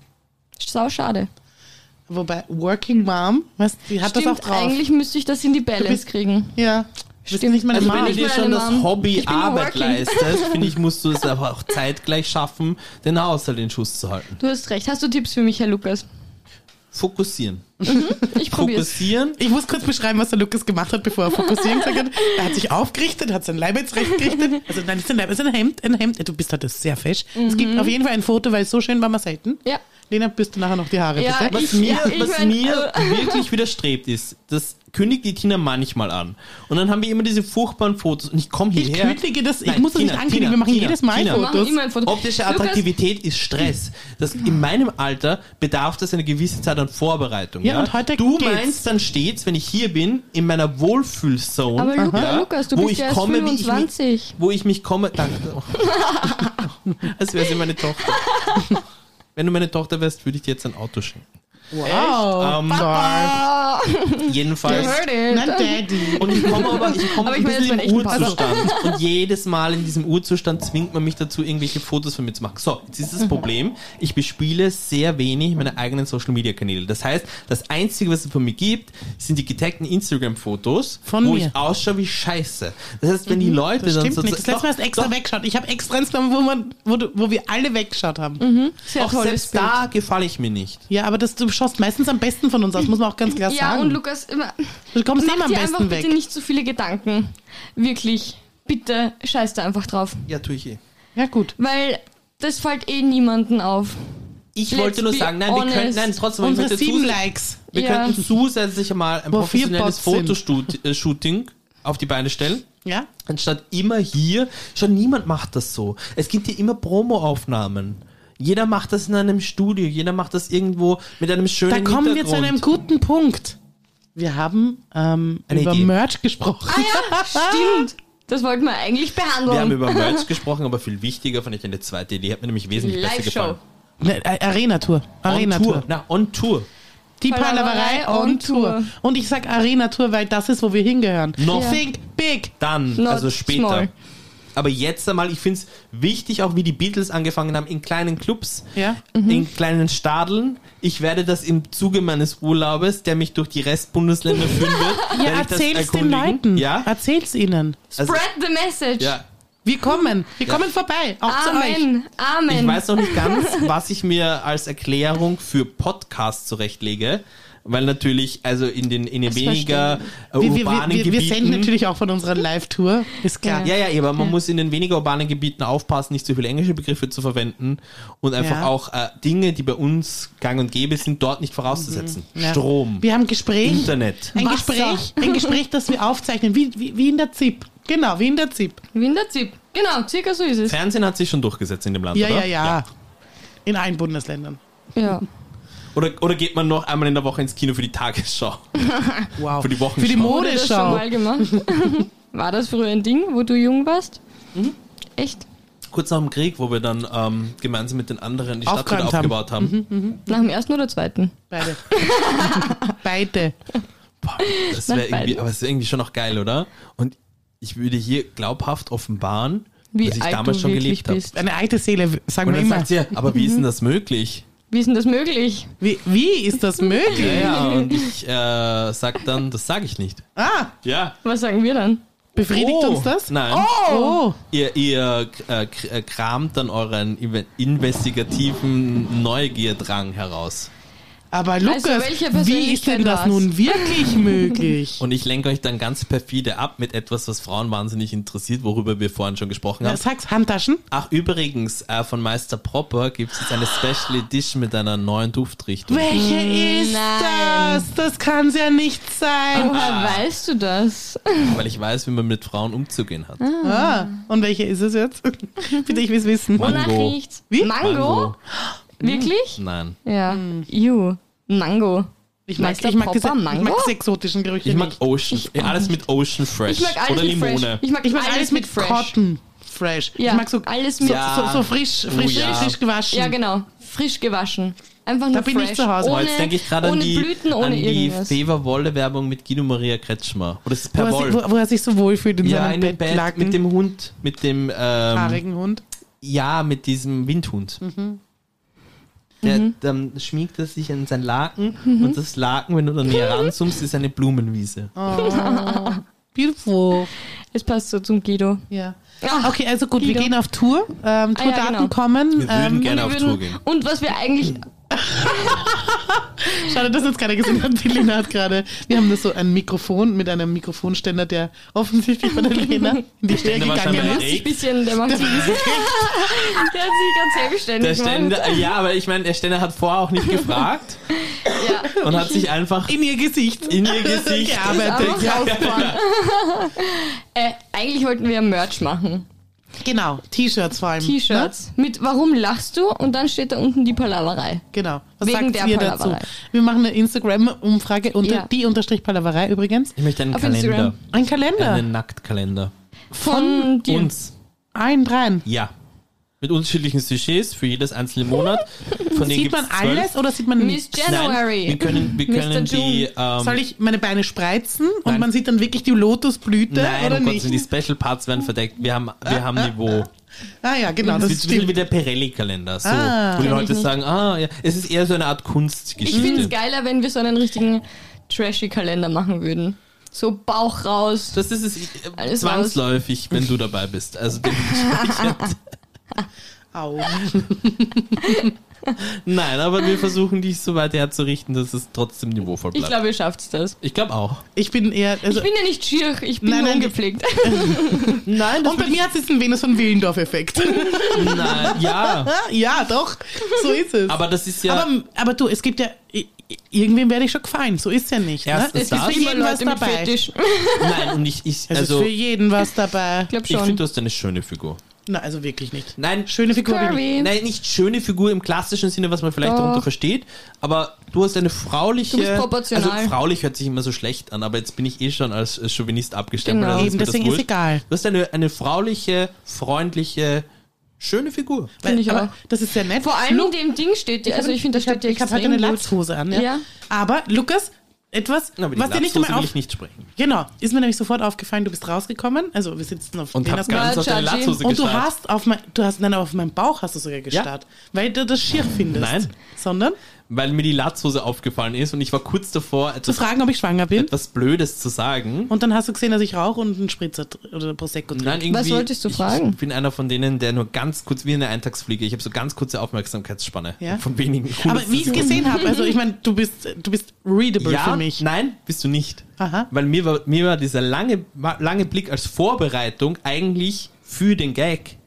Speaker 2: Sau schade.
Speaker 1: Wobei, Working Mom, weißt, du, die hat
Speaker 2: Stimmt,
Speaker 1: das auch drauf.
Speaker 2: eigentlich müsste ich das in die
Speaker 1: Du
Speaker 2: Balance
Speaker 1: bist-
Speaker 2: kriegen.
Speaker 1: Ja. Du bist
Speaker 2: Stimmt.
Speaker 1: nicht meine
Speaker 2: Also
Speaker 1: Mom.
Speaker 3: Wenn du
Speaker 2: Ich bin
Speaker 3: dir schon
Speaker 2: eine
Speaker 3: das
Speaker 2: Mom.
Speaker 3: Hobby
Speaker 2: Ich bin nur
Speaker 3: Arbeit
Speaker 2: working.
Speaker 3: leistest, finde ich, musst du es aber auch zeitgleich schaffen, den Haushalt in Schuss zu halten.
Speaker 2: Du hast recht. Hast du Tipps für mich, Herr Lukas?
Speaker 3: Fokussieren.
Speaker 2: Ich probiere es.
Speaker 3: Fokussieren.
Speaker 1: Ich muss kurz beschreiben, was der Lukas gemacht hat, bevor er fokussieren gesagt hat. Er hat sich aufgerichtet, hat sein Leib jetzt recht gerichtet. Also nein, nicht sein Leib, es ist ein Hemd, ein Hemd. Du bist halt sehr fesch. Es gibt
Speaker 2: Mhm.
Speaker 1: auf jeden Fall ein Foto, weil so schön war man selten.
Speaker 2: Ja.
Speaker 1: Lena, bist du nachher noch die Haare,
Speaker 2: Ja,
Speaker 1: bitte?
Speaker 2: ich-
Speaker 3: Was mir,
Speaker 2: ja, ich
Speaker 3: was
Speaker 2: mein,
Speaker 3: mir
Speaker 1: also-
Speaker 3: wirklich widerstrebt ist, das kündigt die Tina manchmal an. Und dann haben wir immer diese furchtbaren Fotos und ich komme
Speaker 1: Ich
Speaker 3: hierher.
Speaker 1: kündige das, ich
Speaker 3: Nein,
Speaker 1: muss das
Speaker 3: Tina,
Speaker 1: nicht ankündigen,
Speaker 3: Tina,
Speaker 1: wir machen
Speaker 3: Tina,
Speaker 1: jedes Mal
Speaker 3: Tina.
Speaker 2: Wir machen
Speaker 1: Fotos.
Speaker 2: immer ein Foto.
Speaker 3: Optische
Speaker 2: Lukas,
Speaker 3: Attraktivität ist Stress. Das in meinem Alter bedarf das eine gewisse Zeit an Vorbereitung. Ja,
Speaker 1: Ja, und heute
Speaker 3: du
Speaker 1: geht's.
Speaker 3: meinst dann stets, wenn ich hier bin, in meiner Wohlfühlzone.
Speaker 2: Aber Lukas, Lukas, du
Speaker 3: wo
Speaker 2: bist
Speaker 3: ich
Speaker 2: ja erst
Speaker 3: komme, wie ich
Speaker 2: 25.
Speaker 3: mich, wo ich mich komme. Danke. Oh. Als wäre sie meine Tochter. Wenn du meine Tochter wärst, würde ich dir jetzt ein Auto schenken.
Speaker 1: Wow.
Speaker 3: Ähm,
Speaker 1: Papa.
Speaker 2: Ah, you
Speaker 3: Jedenfalls.
Speaker 2: heard it.
Speaker 1: Nein, Daddy.
Speaker 3: Und ich komme aber, ich komme
Speaker 2: Aber
Speaker 3: ein
Speaker 2: ich meine,
Speaker 3: bisschen
Speaker 2: das
Speaker 3: im
Speaker 2: war echt ein
Speaker 3: Urzustand. Und jedes Mal in diesem Urzustand zwingt man mich dazu, irgendwelche Fotos von mir zu machen. So, jetzt
Speaker 1: Mhm.
Speaker 3: ist das Problem. Ich bespiele sehr wenig meine eigenen Social Media Kanäle. Das heißt, das einzige, was es von mir gibt, sind die getaggten Instagram Fotos,
Speaker 1: Von
Speaker 3: wo
Speaker 1: mir. Mhm.
Speaker 3: ich ausschaue wie Scheiße. Das heißt, wenn die Leute
Speaker 1: Das
Speaker 3: dann
Speaker 1: stimmt
Speaker 3: sozusagen-
Speaker 1: nicht. Das letzte Mal hast du
Speaker 3: Doch,
Speaker 1: extra
Speaker 3: doch,
Speaker 1: weggeschaut. Ich habe extra ins Plan, wo, man, wo, du- wo wir alle weggeschaut haben.
Speaker 2: Sehr
Speaker 3: auch
Speaker 2: tolles
Speaker 3: selbst
Speaker 2: Bild.
Speaker 3: da gefalle ich mir nicht.
Speaker 1: Ja, aber das, du schaust meistens am besten von uns aus, muss man auch ganz klar
Speaker 2: Ja,
Speaker 1: sagen.
Speaker 2: und Lukas, immer,
Speaker 1: du kommst immer
Speaker 2: mach
Speaker 1: am
Speaker 2: dir einfach
Speaker 1: besten weg.
Speaker 2: bitte nicht so viele Gedanken. Wirklich. Bitte scheiß da einfach drauf.
Speaker 3: Ja, tue ich eh.
Speaker 1: Ja, gut.
Speaker 2: Weil das fällt eh niemanden auf.
Speaker 3: Ich
Speaker 2: Let's
Speaker 3: wollte nur
Speaker 2: be
Speaker 3: sagen, nein, wir können,
Speaker 2: honest.
Speaker 3: nein, trotzdem, ich
Speaker 1: Unsere
Speaker 3: möchte
Speaker 1: sieben
Speaker 3: zusä-
Speaker 1: Likes.
Speaker 3: wir
Speaker 2: Ja.
Speaker 3: könnten zusätzlich mal ein
Speaker 1: Wo vier
Speaker 3: professionelles
Speaker 1: Bots
Speaker 3: Fotoshooting auf die Beine stellen.
Speaker 1: Ja?
Speaker 3: Anstatt immer hier, schon niemand macht das so. Es gibt hier immer Promoaufnahmen. Jeder macht das in einem Studio, jeder macht das irgendwo mit einem schönen
Speaker 1: Da kommen wir zu
Speaker 3: Hintergrund.
Speaker 1: einem guten Punkt. Wir haben ähm,
Speaker 3: Eine
Speaker 1: über
Speaker 3: Idee.
Speaker 1: Merch gesprochen.
Speaker 2: Ah Ja, stimmt. Das wollten wir eigentlich behandeln.
Speaker 3: Wir haben über Merch gesprochen, aber viel wichtiger fand ich eine zweite Idee, hat mir nämlich wesentlich besser
Speaker 2: Live-Show.
Speaker 3: gefallen.
Speaker 1: Ne, äh, Arena-Tour.
Speaker 3: On Tour.
Speaker 1: Arena-Tour.
Speaker 3: Na, on Tour.
Speaker 1: Die
Speaker 2: Palaverei
Speaker 1: Palaverei on
Speaker 2: on
Speaker 1: Tour.
Speaker 2: Tour.
Speaker 1: Und ich sag Arena Tour, weil das ist, wo wir hingehören.
Speaker 3: Noch
Speaker 2: Ja.
Speaker 1: Think big.
Speaker 3: dann,
Speaker 2: Not
Speaker 3: also später.
Speaker 2: small.
Speaker 3: Aber jetzt einmal, ich finde es wichtig, auch wie die Beatles angefangen haben, in kleinen Clubs,
Speaker 1: Ja.
Speaker 3: in kleinen Stadeln. Ich werde das im Zuge meines Urlaubes, der mich durch die Restbundesländer führen wird,
Speaker 1: Ja,
Speaker 3: werde ich das
Speaker 1: erzähl's den
Speaker 3: erkundigen.
Speaker 1: Leuten. Äh,
Speaker 3: Ja,
Speaker 1: Erzähl's ihnen.
Speaker 3: also-
Speaker 2: Spread the message.
Speaker 3: ja.
Speaker 1: Wir kommen. Wir
Speaker 3: Ja.
Speaker 1: kommen vorbei. Auch zu euch.
Speaker 2: Amen. Amen.
Speaker 3: Ich weiß noch nicht ganz, was ich mir als Erklärung für Podcasts zurechtlege, weil natürlich, also in den, in den
Speaker 2: Das
Speaker 3: weniger äh,
Speaker 1: Wir, wir,
Speaker 3: urbanen
Speaker 1: wir, wir, wir senden
Speaker 3: Gebieten.
Speaker 1: natürlich auch von unserer Live-Tour. Ist klar.
Speaker 3: Ja, ja, aber man
Speaker 2: Ja.
Speaker 3: muss in den weniger urbanen Gebieten aufpassen, nicht zu viele englische Begriffe zu verwenden und einfach
Speaker 1: Ja.
Speaker 3: auch äh, Dinge, die bei uns gang und gäbe sind, dort nicht vorauszusetzen.
Speaker 1: Mhm. Ja.
Speaker 3: Strom,
Speaker 1: Wir haben Gespräch.
Speaker 3: Internet.
Speaker 1: Ein
Speaker 2: Wasser.
Speaker 1: Gespräch, ein Gespräch, das wir aufzeichnen, wie, wie, wie in der ZIP. Genau, wie in der ZIP.
Speaker 2: Winterzip. Genau, circa so ist es.
Speaker 3: Fernsehen hat sich schon durchgesetzt in dem Land,
Speaker 1: Ja,
Speaker 3: oder?
Speaker 1: ja, ja, In allen Bundesländern.
Speaker 2: Ja.
Speaker 3: Oder, oder geht man noch einmal in der Woche ins Kino für die Tagesschau?
Speaker 1: Wow.
Speaker 3: Für die Wochenschau.
Speaker 1: Für die
Speaker 2: Wurde das schon
Speaker 1: Modeschau.
Speaker 2: mal gemacht? War das früher ein Ding, wo du jung warst?
Speaker 3: Mhm.
Speaker 2: Echt?
Speaker 3: Kurz nach dem Krieg, wo wir dann ähm, gemeinsam mit den anderen die Stadt
Speaker 1: Aufgeräumt haben.
Speaker 3: wieder aufgebaut haben.
Speaker 2: Mhm. Nach dem ersten oder zweiten?
Speaker 1: Beide. Beide.
Speaker 3: Boah, das
Speaker 2: Nach
Speaker 3: wäre irgendwie,
Speaker 2: beiden.
Speaker 3: aber es wäre irgendwie schon noch geil, oder? Und ich würde hier glaubhaft offenbaren,
Speaker 2: Wie
Speaker 3: dass ich
Speaker 2: alt
Speaker 3: damals
Speaker 2: du
Speaker 3: schon
Speaker 2: wirklich
Speaker 3: gelebt habe.
Speaker 2: bist.
Speaker 1: Eine alte Seele, sagen
Speaker 3: Und
Speaker 1: wir
Speaker 3: dann
Speaker 1: immer.
Speaker 3: sagt sie, aber wie ist denn das möglich?
Speaker 2: Wie ist denn das möglich?
Speaker 1: Wie, wie ist das möglich?
Speaker 3: Ja, ja, und ich äh, sag dann, das sage ich nicht.
Speaker 1: Ah,
Speaker 3: Ja.
Speaker 2: Was sagen wir dann?
Speaker 1: befriedigt
Speaker 3: Oh,
Speaker 1: uns das?
Speaker 3: Nein.
Speaker 1: Oh.
Speaker 3: Ihr, ihr äh, k- äh, kramt dann euren inve- investigativen Neugierdrang heraus.
Speaker 1: Aber Lukas,
Speaker 2: welche
Speaker 1: wie ist denn
Speaker 2: Persönlichkeit
Speaker 1: das
Speaker 2: war's?
Speaker 1: nun wirklich möglich?
Speaker 3: Und ich lenke euch dann ganz perfide ab mit etwas, was Frauen wahnsinnig interessiert, worüber wir vorhin schon gesprochen
Speaker 1: Na,
Speaker 3: haben.
Speaker 1: Sag's, Handtaschen?
Speaker 3: Ach, übrigens, äh, von Meister Proper gibt es jetzt eine Special Edition mit einer neuen Duftrichtung.
Speaker 1: Welche ist
Speaker 2: Hm, Nein.
Speaker 1: das? Das kann's ja nicht
Speaker 3: Ah.
Speaker 1: sein.
Speaker 2: Woher weißt du das?
Speaker 3: Weil ich weiß, wie man mit Frauen umzugehen hat.
Speaker 2: Oh.
Speaker 1: Ah, und welche ist es jetzt? Bitte, ich will's wissen.
Speaker 3: Mango.
Speaker 2: Wonach riecht's?
Speaker 1: Wie?
Speaker 2: Mango? Mhm.
Speaker 3: Mango.
Speaker 2: Wirklich?
Speaker 3: Also,
Speaker 2: Mhm.
Speaker 3: Nein.
Speaker 2: Ja. Ju. Mango.
Speaker 1: Ich mag,
Speaker 2: Meister
Speaker 1: ich mag, diese,
Speaker 2: Popper
Speaker 1: ich
Speaker 2: Mango?
Speaker 1: mag diese exotischen Gerüche
Speaker 3: Ich mag
Speaker 1: nicht.
Speaker 3: Ocean, ja, alles mit Ocean Fresh.
Speaker 2: Ich mag alles
Speaker 3: Oder
Speaker 2: mit
Speaker 3: Limone.
Speaker 2: Fresh. Ich mag,
Speaker 1: Ich mag alles, mit
Speaker 2: Fresh.
Speaker 1: Cotton Fresh.
Speaker 2: Ja,
Speaker 1: ich mag so,
Speaker 2: alles
Speaker 1: so,
Speaker 2: mit-
Speaker 1: so, so frisch,
Speaker 3: Oh
Speaker 1: frisch,
Speaker 3: ja.
Speaker 1: frisch gewaschen.
Speaker 2: Ja, genau. Frisch gewaschen. Einfach nur
Speaker 1: bin ich
Speaker 2: fresh.
Speaker 1: zu Hause.
Speaker 3: Oh,
Speaker 2: Ohne,
Speaker 3: jetzt denke ich gerade an
Speaker 2: ohne
Speaker 3: die,
Speaker 2: Blüten, ohne
Speaker 3: an die
Speaker 2: irgendwas.
Speaker 3: Fever-Wolle-Werbung mit Guido Maria Kretschmer. Oder ist es
Speaker 1: wo,
Speaker 3: per
Speaker 1: er sich,
Speaker 3: Woll?
Speaker 1: wo, wo er sich so wohlfühlt in
Speaker 3: Ja,
Speaker 1: seinem
Speaker 3: in dem Bett
Speaker 1: Bettlaken.
Speaker 3: mit dem Hund, mit dem, ähm,
Speaker 1: haarigen Hund.
Speaker 3: ja, mit diesem Windhund.
Speaker 1: Mhm.
Speaker 3: Der, Dann schmiegt er sich an sein Laken
Speaker 1: Mhm.
Speaker 3: und das Laken, wenn du dann näher ranzoomst, ist eine Blumenwiese.
Speaker 1: Oh Beautiful.
Speaker 2: Es passt so zum Guido.
Speaker 1: Ja.
Speaker 2: Ah,
Speaker 1: Okay, also gut, wir
Speaker 2: Guido.
Speaker 1: gehen auf Tour. Ähm, Tourdaten
Speaker 2: genau.
Speaker 1: kommen.
Speaker 3: Wir würden
Speaker 1: Ähm,
Speaker 3: gerne
Speaker 2: Wir
Speaker 3: auf
Speaker 2: würden-
Speaker 3: Tour gehen. Hm.
Speaker 2: Und was wir eigentlich.
Speaker 1: schade, dass jetzt keiner gesehen hat. Die Lena hat gerade, wir haben das so ein Mikrofon mit einem Mikrofonständer, der offensichtlich von der Lena in die Stelle
Speaker 3: Ständer war
Speaker 1: gegangen
Speaker 3: scheinbar
Speaker 1: ist.
Speaker 2: Macht sich ein bisschen, der macht sich ein bisschen. der hat sich ganz
Speaker 3: Der
Speaker 2: selbstständig gemacht.
Speaker 3: Ständer, äh, ja, aber ich meine, der Ständer hat vorher auch nicht gefragt
Speaker 2: Ja.
Speaker 3: und hat sich einfach
Speaker 1: In ihr Gesicht.
Speaker 3: in ihr Gesicht
Speaker 1: Gearbeitet.
Speaker 2: Ja. Äh, eigentlich wollten wir Merch machen.
Speaker 1: Genau, T-Shirts vor allem. Ne?
Speaker 2: T-Shirts. Mit Warum lachst du? Und dann steht da unten die Palaverei.
Speaker 1: Genau. Was
Speaker 2: Wegen
Speaker 1: sagt
Speaker 2: der
Speaker 1: ihr dazu?
Speaker 2: Palaverei.
Speaker 1: Wir machen eine Instagram-Umfrage unter
Speaker 2: Ja.
Speaker 1: die unterstrich Palaverei übrigens.
Speaker 3: Ich möchte einen
Speaker 2: Auf
Speaker 3: Kalender. äh,
Speaker 2: Instagram.
Speaker 1: Ein Kalender.
Speaker 3: Einen Nacktkalender.
Speaker 2: Von dir.
Speaker 3: Uns.
Speaker 1: Allen dreien.
Speaker 3: Ja. Mit unterschiedlichen Sujets für jedes einzelne Monat. Von denen
Speaker 1: Sieht
Speaker 3: gibt's
Speaker 1: man alles oder sieht man
Speaker 2: Miss
Speaker 1: nichts?
Speaker 3: Nein, wir
Speaker 2: January.
Speaker 3: können, wir können
Speaker 2: Mr. June.
Speaker 3: die. Ähm,
Speaker 1: Soll ich meine Beine spreizen und
Speaker 3: Nein.
Speaker 1: man sieht dann wirklich die Lotusblüte
Speaker 3: nein,
Speaker 1: äh, oder
Speaker 3: um Gottes
Speaker 1: nicht?
Speaker 3: Willen, die Special Parts werden verdeckt. Wir haben, wir haben Niveau.
Speaker 1: Ah ja, genau, das,
Speaker 3: Das ist ein bisschen wie
Speaker 1: stimmt.
Speaker 3: der Perelli-Kalender. So.
Speaker 1: Ah.
Speaker 3: wo die
Speaker 2: Kenn ich
Speaker 3: Leute
Speaker 2: nicht.
Speaker 3: sagen, ah, ja. es ist eher so eine Art
Speaker 2: Ich finde es
Speaker 3: Kunstgeschichte.
Speaker 2: geiler, wenn wir so einen richtigen trashy Kalender machen würden. So Bauch raus.
Speaker 3: Das ist es äh,
Speaker 2: Alles
Speaker 3: zwangsläufig, wenn du dabei bist. Also dementsprechend-
Speaker 1: Au.
Speaker 3: Nein, aber wir versuchen dich so weit herzurichten, dass es trotzdem niveauvoll
Speaker 2: Ich
Speaker 3: bleibt.
Speaker 2: glaube, ihr schafft's das.
Speaker 3: Ich glaube auch.
Speaker 1: Ich bin eher. Also,
Speaker 2: Ich bin ja nicht schier, ich bin
Speaker 1: Nein,
Speaker 2: nur
Speaker 1: nein,
Speaker 2: ungepflegt.
Speaker 3: Nein,
Speaker 1: und bei mir hat es jetzt einen Venus von Willendorf-Effekt.
Speaker 3: Nein, ja.
Speaker 1: ja, doch, so ist es.
Speaker 3: Aber das ist ja.
Speaker 1: aber, aber du, es gibt ja. i- i- Irgendwem werde ich schon gefallen, so ist ja nicht. Ne?
Speaker 3: Erstens
Speaker 1: Es ist
Speaker 3: das.
Speaker 1: für jeden was dabei.
Speaker 2: Fetisch.
Speaker 3: nein, und ich. ich
Speaker 1: Es
Speaker 3: also,
Speaker 1: ist für jeden was dabei.
Speaker 2: Ich glaube
Speaker 3: ich finde,
Speaker 2: schon.
Speaker 3: du hast eine schöne Figur.
Speaker 1: Na, also wirklich nicht.
Speaker 3: Nein,
Speaker 1: Schöne Figur bin ich.
Speaker 2: Curvy.
Speaker 3: nein, nicht schöne Figur im klassischen Sinne, was man vielleicht
Speaker 2: Doch.
Speaker 3: darunter versteht, aber du hast eine frauliche.
Speaker 2: Du bist proportional.
Speaker 3: Also fraulich hört sich immer so schlecht an, aber jetzt bin ich eh schon als äh, Chauvinist abgestempelt.
Speaker 2: Genau.
Speaker 3: also
Speaker 1: Eben,
Speaker 3: mir das
Speaker 1: deswegen ist
Speaker 3: wurscht.
Speaker 1: egal.
Speaker 3: Du hast eine, eine frauliche, freundliche, Schöne Figur.
Speaker 1: Weil,
Speaker 2: ich
Speaker 1: aber
Speaker 2: auch.
Speaker 1: das ist sehr nett.
Speaker 2: Vor allem
Speaker 1: Lu-
Speaker 2: in dem Ding steht die, also ich finde, da
Speaker 1: hab-
Speaker 2: steht die
Speaker 1: Ich habe
Speaker 2: extrem
Speaker 1: heute eine
Speaker 2: gut.
Speaker 1: Latzhose an, ja.
Speaker 2: Ja.
Speaker 1: Aber, Lukas, etwas,
Speaker 3: Aber die
Speaker 1: was dir nicht
Speaker 3: Latzhose
Speaker 1: immer
Speaker 3: will
Speaker 1: auf...
Speaker 3: ich nicht sprechen.
Speaker 1: Genau, ist mir nämlich sofort aufgefallen, du bist rausgekommen. Also wir sitzen auf
Speaker 3: Und
Speaker 1: Lenas
Speaker 3: hab
Speaker 1: Couch.
Speaker 3: ganz auf deine
Speaker 2: Charging.
Speaker 3: Latzhose
Speaker 1: Und du
Speaker 3: gestarrt.
Speaker 1: hast auf mein, du hast, nein, auf meinem Bauch hast du sogar gestarrt, weil du das schier findest.
Speaker 3: Nein.
Speaker 1: Sondern
Speaker 3: Weil mir die Latzhose aufgefallen ist und ich war kurz davor,
Speaker 1: zu
Speaker 3: etwas,
Speaker 1: fragen, ob ich schwanger bin.
Speaker 3: etwas Blödes zu sagen.
Speaker 1: Und dann hast du gesehen, dass ich rauche und einen Spritzer tr- oder Prosecco trinke.
Speaker 3: Nein, irgendwie,
Speaker 2: Was wolltest du
Speaker 3: ich,
Speaker 2: fragen?
Speaker 3: Ich bin einer von denen, der nur ganz kurz, wie eine Eintagsfliege, ich habe so ganz kurze Aufmerksamkeitsspanne.
Speaker 1: Ja?
Speaker 3: Von wenigen
Speaker 1: Aber wie ich es gesehen habe, also ich meine, du bist, du bist readable
Speaker 3: ja,
Speaker 1: für mich.
Speaker 3: Nein, bist du nicht.
Speaker 1: Aha.
Speaker 3: Weil mir war, mir war dieser lange, lange Blick als Vorbereitung eigentlich für den Gag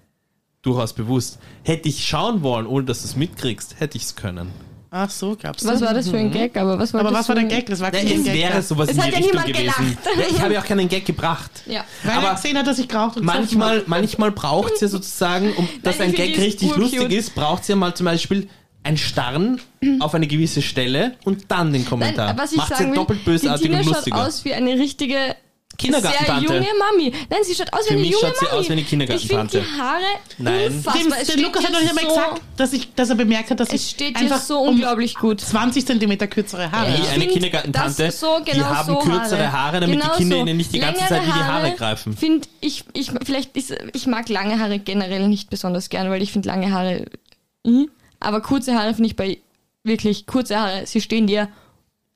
Speaker 3: durchaus bewusst. Hätte ich schauen wollen, ohne dass du es mitkriegst, hätte ich es können.
Speaker 1: Ach so, gab's. das.
Speaker 2: Was war das für ein Gag? Aber was,
Speaker 1: Mhm. Aber
Speaker 2: wolltest
Speaker 1: was war
Speaker 2: du-
Speaker 1: der Gag? Das war kein
Speaker 3: es
Speaker 1: Gag.
Speaker 3: wäre
Speaker 1: da.
Speaker 3: sowas
Speaker 2: Es
Speaker 3: in die
Speaker 2: hat ja
Speaker 3: Richtung
Speaker 2: niemand
Speaker 3: gewesen.
Speaker 2: gelacht.
Speaker 3: Ja, ich habe ja auch keinen Gag gebracht.
Speaker 2: Ja.
Speaker 1: Weil er
Speaker 3: Aber
Speaker 1: gesehen hat, dass ich geraucht und gesoffen
Speaker 3: Manchmal, manchmal braucht es ja sozusagen, um dass
Speaker 2: Nein,
Speaker 3: ein
Speaker 2: ich finde
Speaker 3: Gag
Speaker 2: die
Speaker 3: richtig
Speaker 2: urcute.
Speaker 3: lustig ist, braucht es ja mal zum Beispiel ein Starren auf eine gewisse Stelle und dann den
Speaker 2: Nein,
Speaker 3: Kommentar.
Speaker 2: was ich
Speaker 3: Macht's
Speaker 2: sagen
Speaker 3: ja
Speaker 2: will,
Speaker 3: doppelt bösartig
Speaker 2: die Tina
Speaker 3: und lustiger.
Speaker 2: schaut aus wie eine richtige sehr
Speaker 3: Kindergartentante.
Speaker 2: junge Mami. Nein, sie schaut aus wie
Speaker 3: Für
Speaker 2: eine
Speaker 3: mich
Speaker 2: junge
Speaker 3: schaut sie
Speaker 2: Mami.
Speaker 3: aus wie eine Kindergartentante.
Speaker 2: Ich finde die Haare
Speaker 3: Nein.
Speaker 1: hat.
Speaker 2: unfassbar.
Speaker 1: Dem,
Speaker 2: Es
Speaker 1: der
Speaker 2: steht
Speaker 1: Lukas
Speaker 2: dir
Speaker 1: hat noch nicht einmal
Speaker 2: so,
Speaker 1: gesagt, dass, ich, dass er bemerkt hat, dass
Speaker 2: Es
Speaker 1: ich
Speaker 2: steht dir
Speaker 1: einfach
Speaker 2: so
Speaker 1: um
Speaker 2: unglaublich gut.
Speaker 1: 20 Zentimeter kürzere Haare
Speaker 2: Ja.
Speaker 3: Wie
Speaker 1: habe.
Speaker 3: eine
Speaker 2: find,
Speaker 3: Kindergartentante,
Speaker 2: das so,
Speaker 3: die
Speaker 2: genau
Speaker 3: haben
Speaker 2: so
Speaker 3: kürzere Haare, damit
Speaker 2: Genau
Speaker 3: die Kinder
Speaker 2: so.
Speaker 3: ihnen nicht die ganze
Speaker 2: Längere
Speaker 3: Zeit in die Haare
Speaker 2: Haare
Speaker 3: greifen.
Speaker 2: Find ich, ich, vielleicht ist, ich mag lange Haare generell nicht besonders gern, weil ich finde lange Haare. Mhm. Aber kurze Haare finde ich bei wirklich kurze Haare, sie stehen dir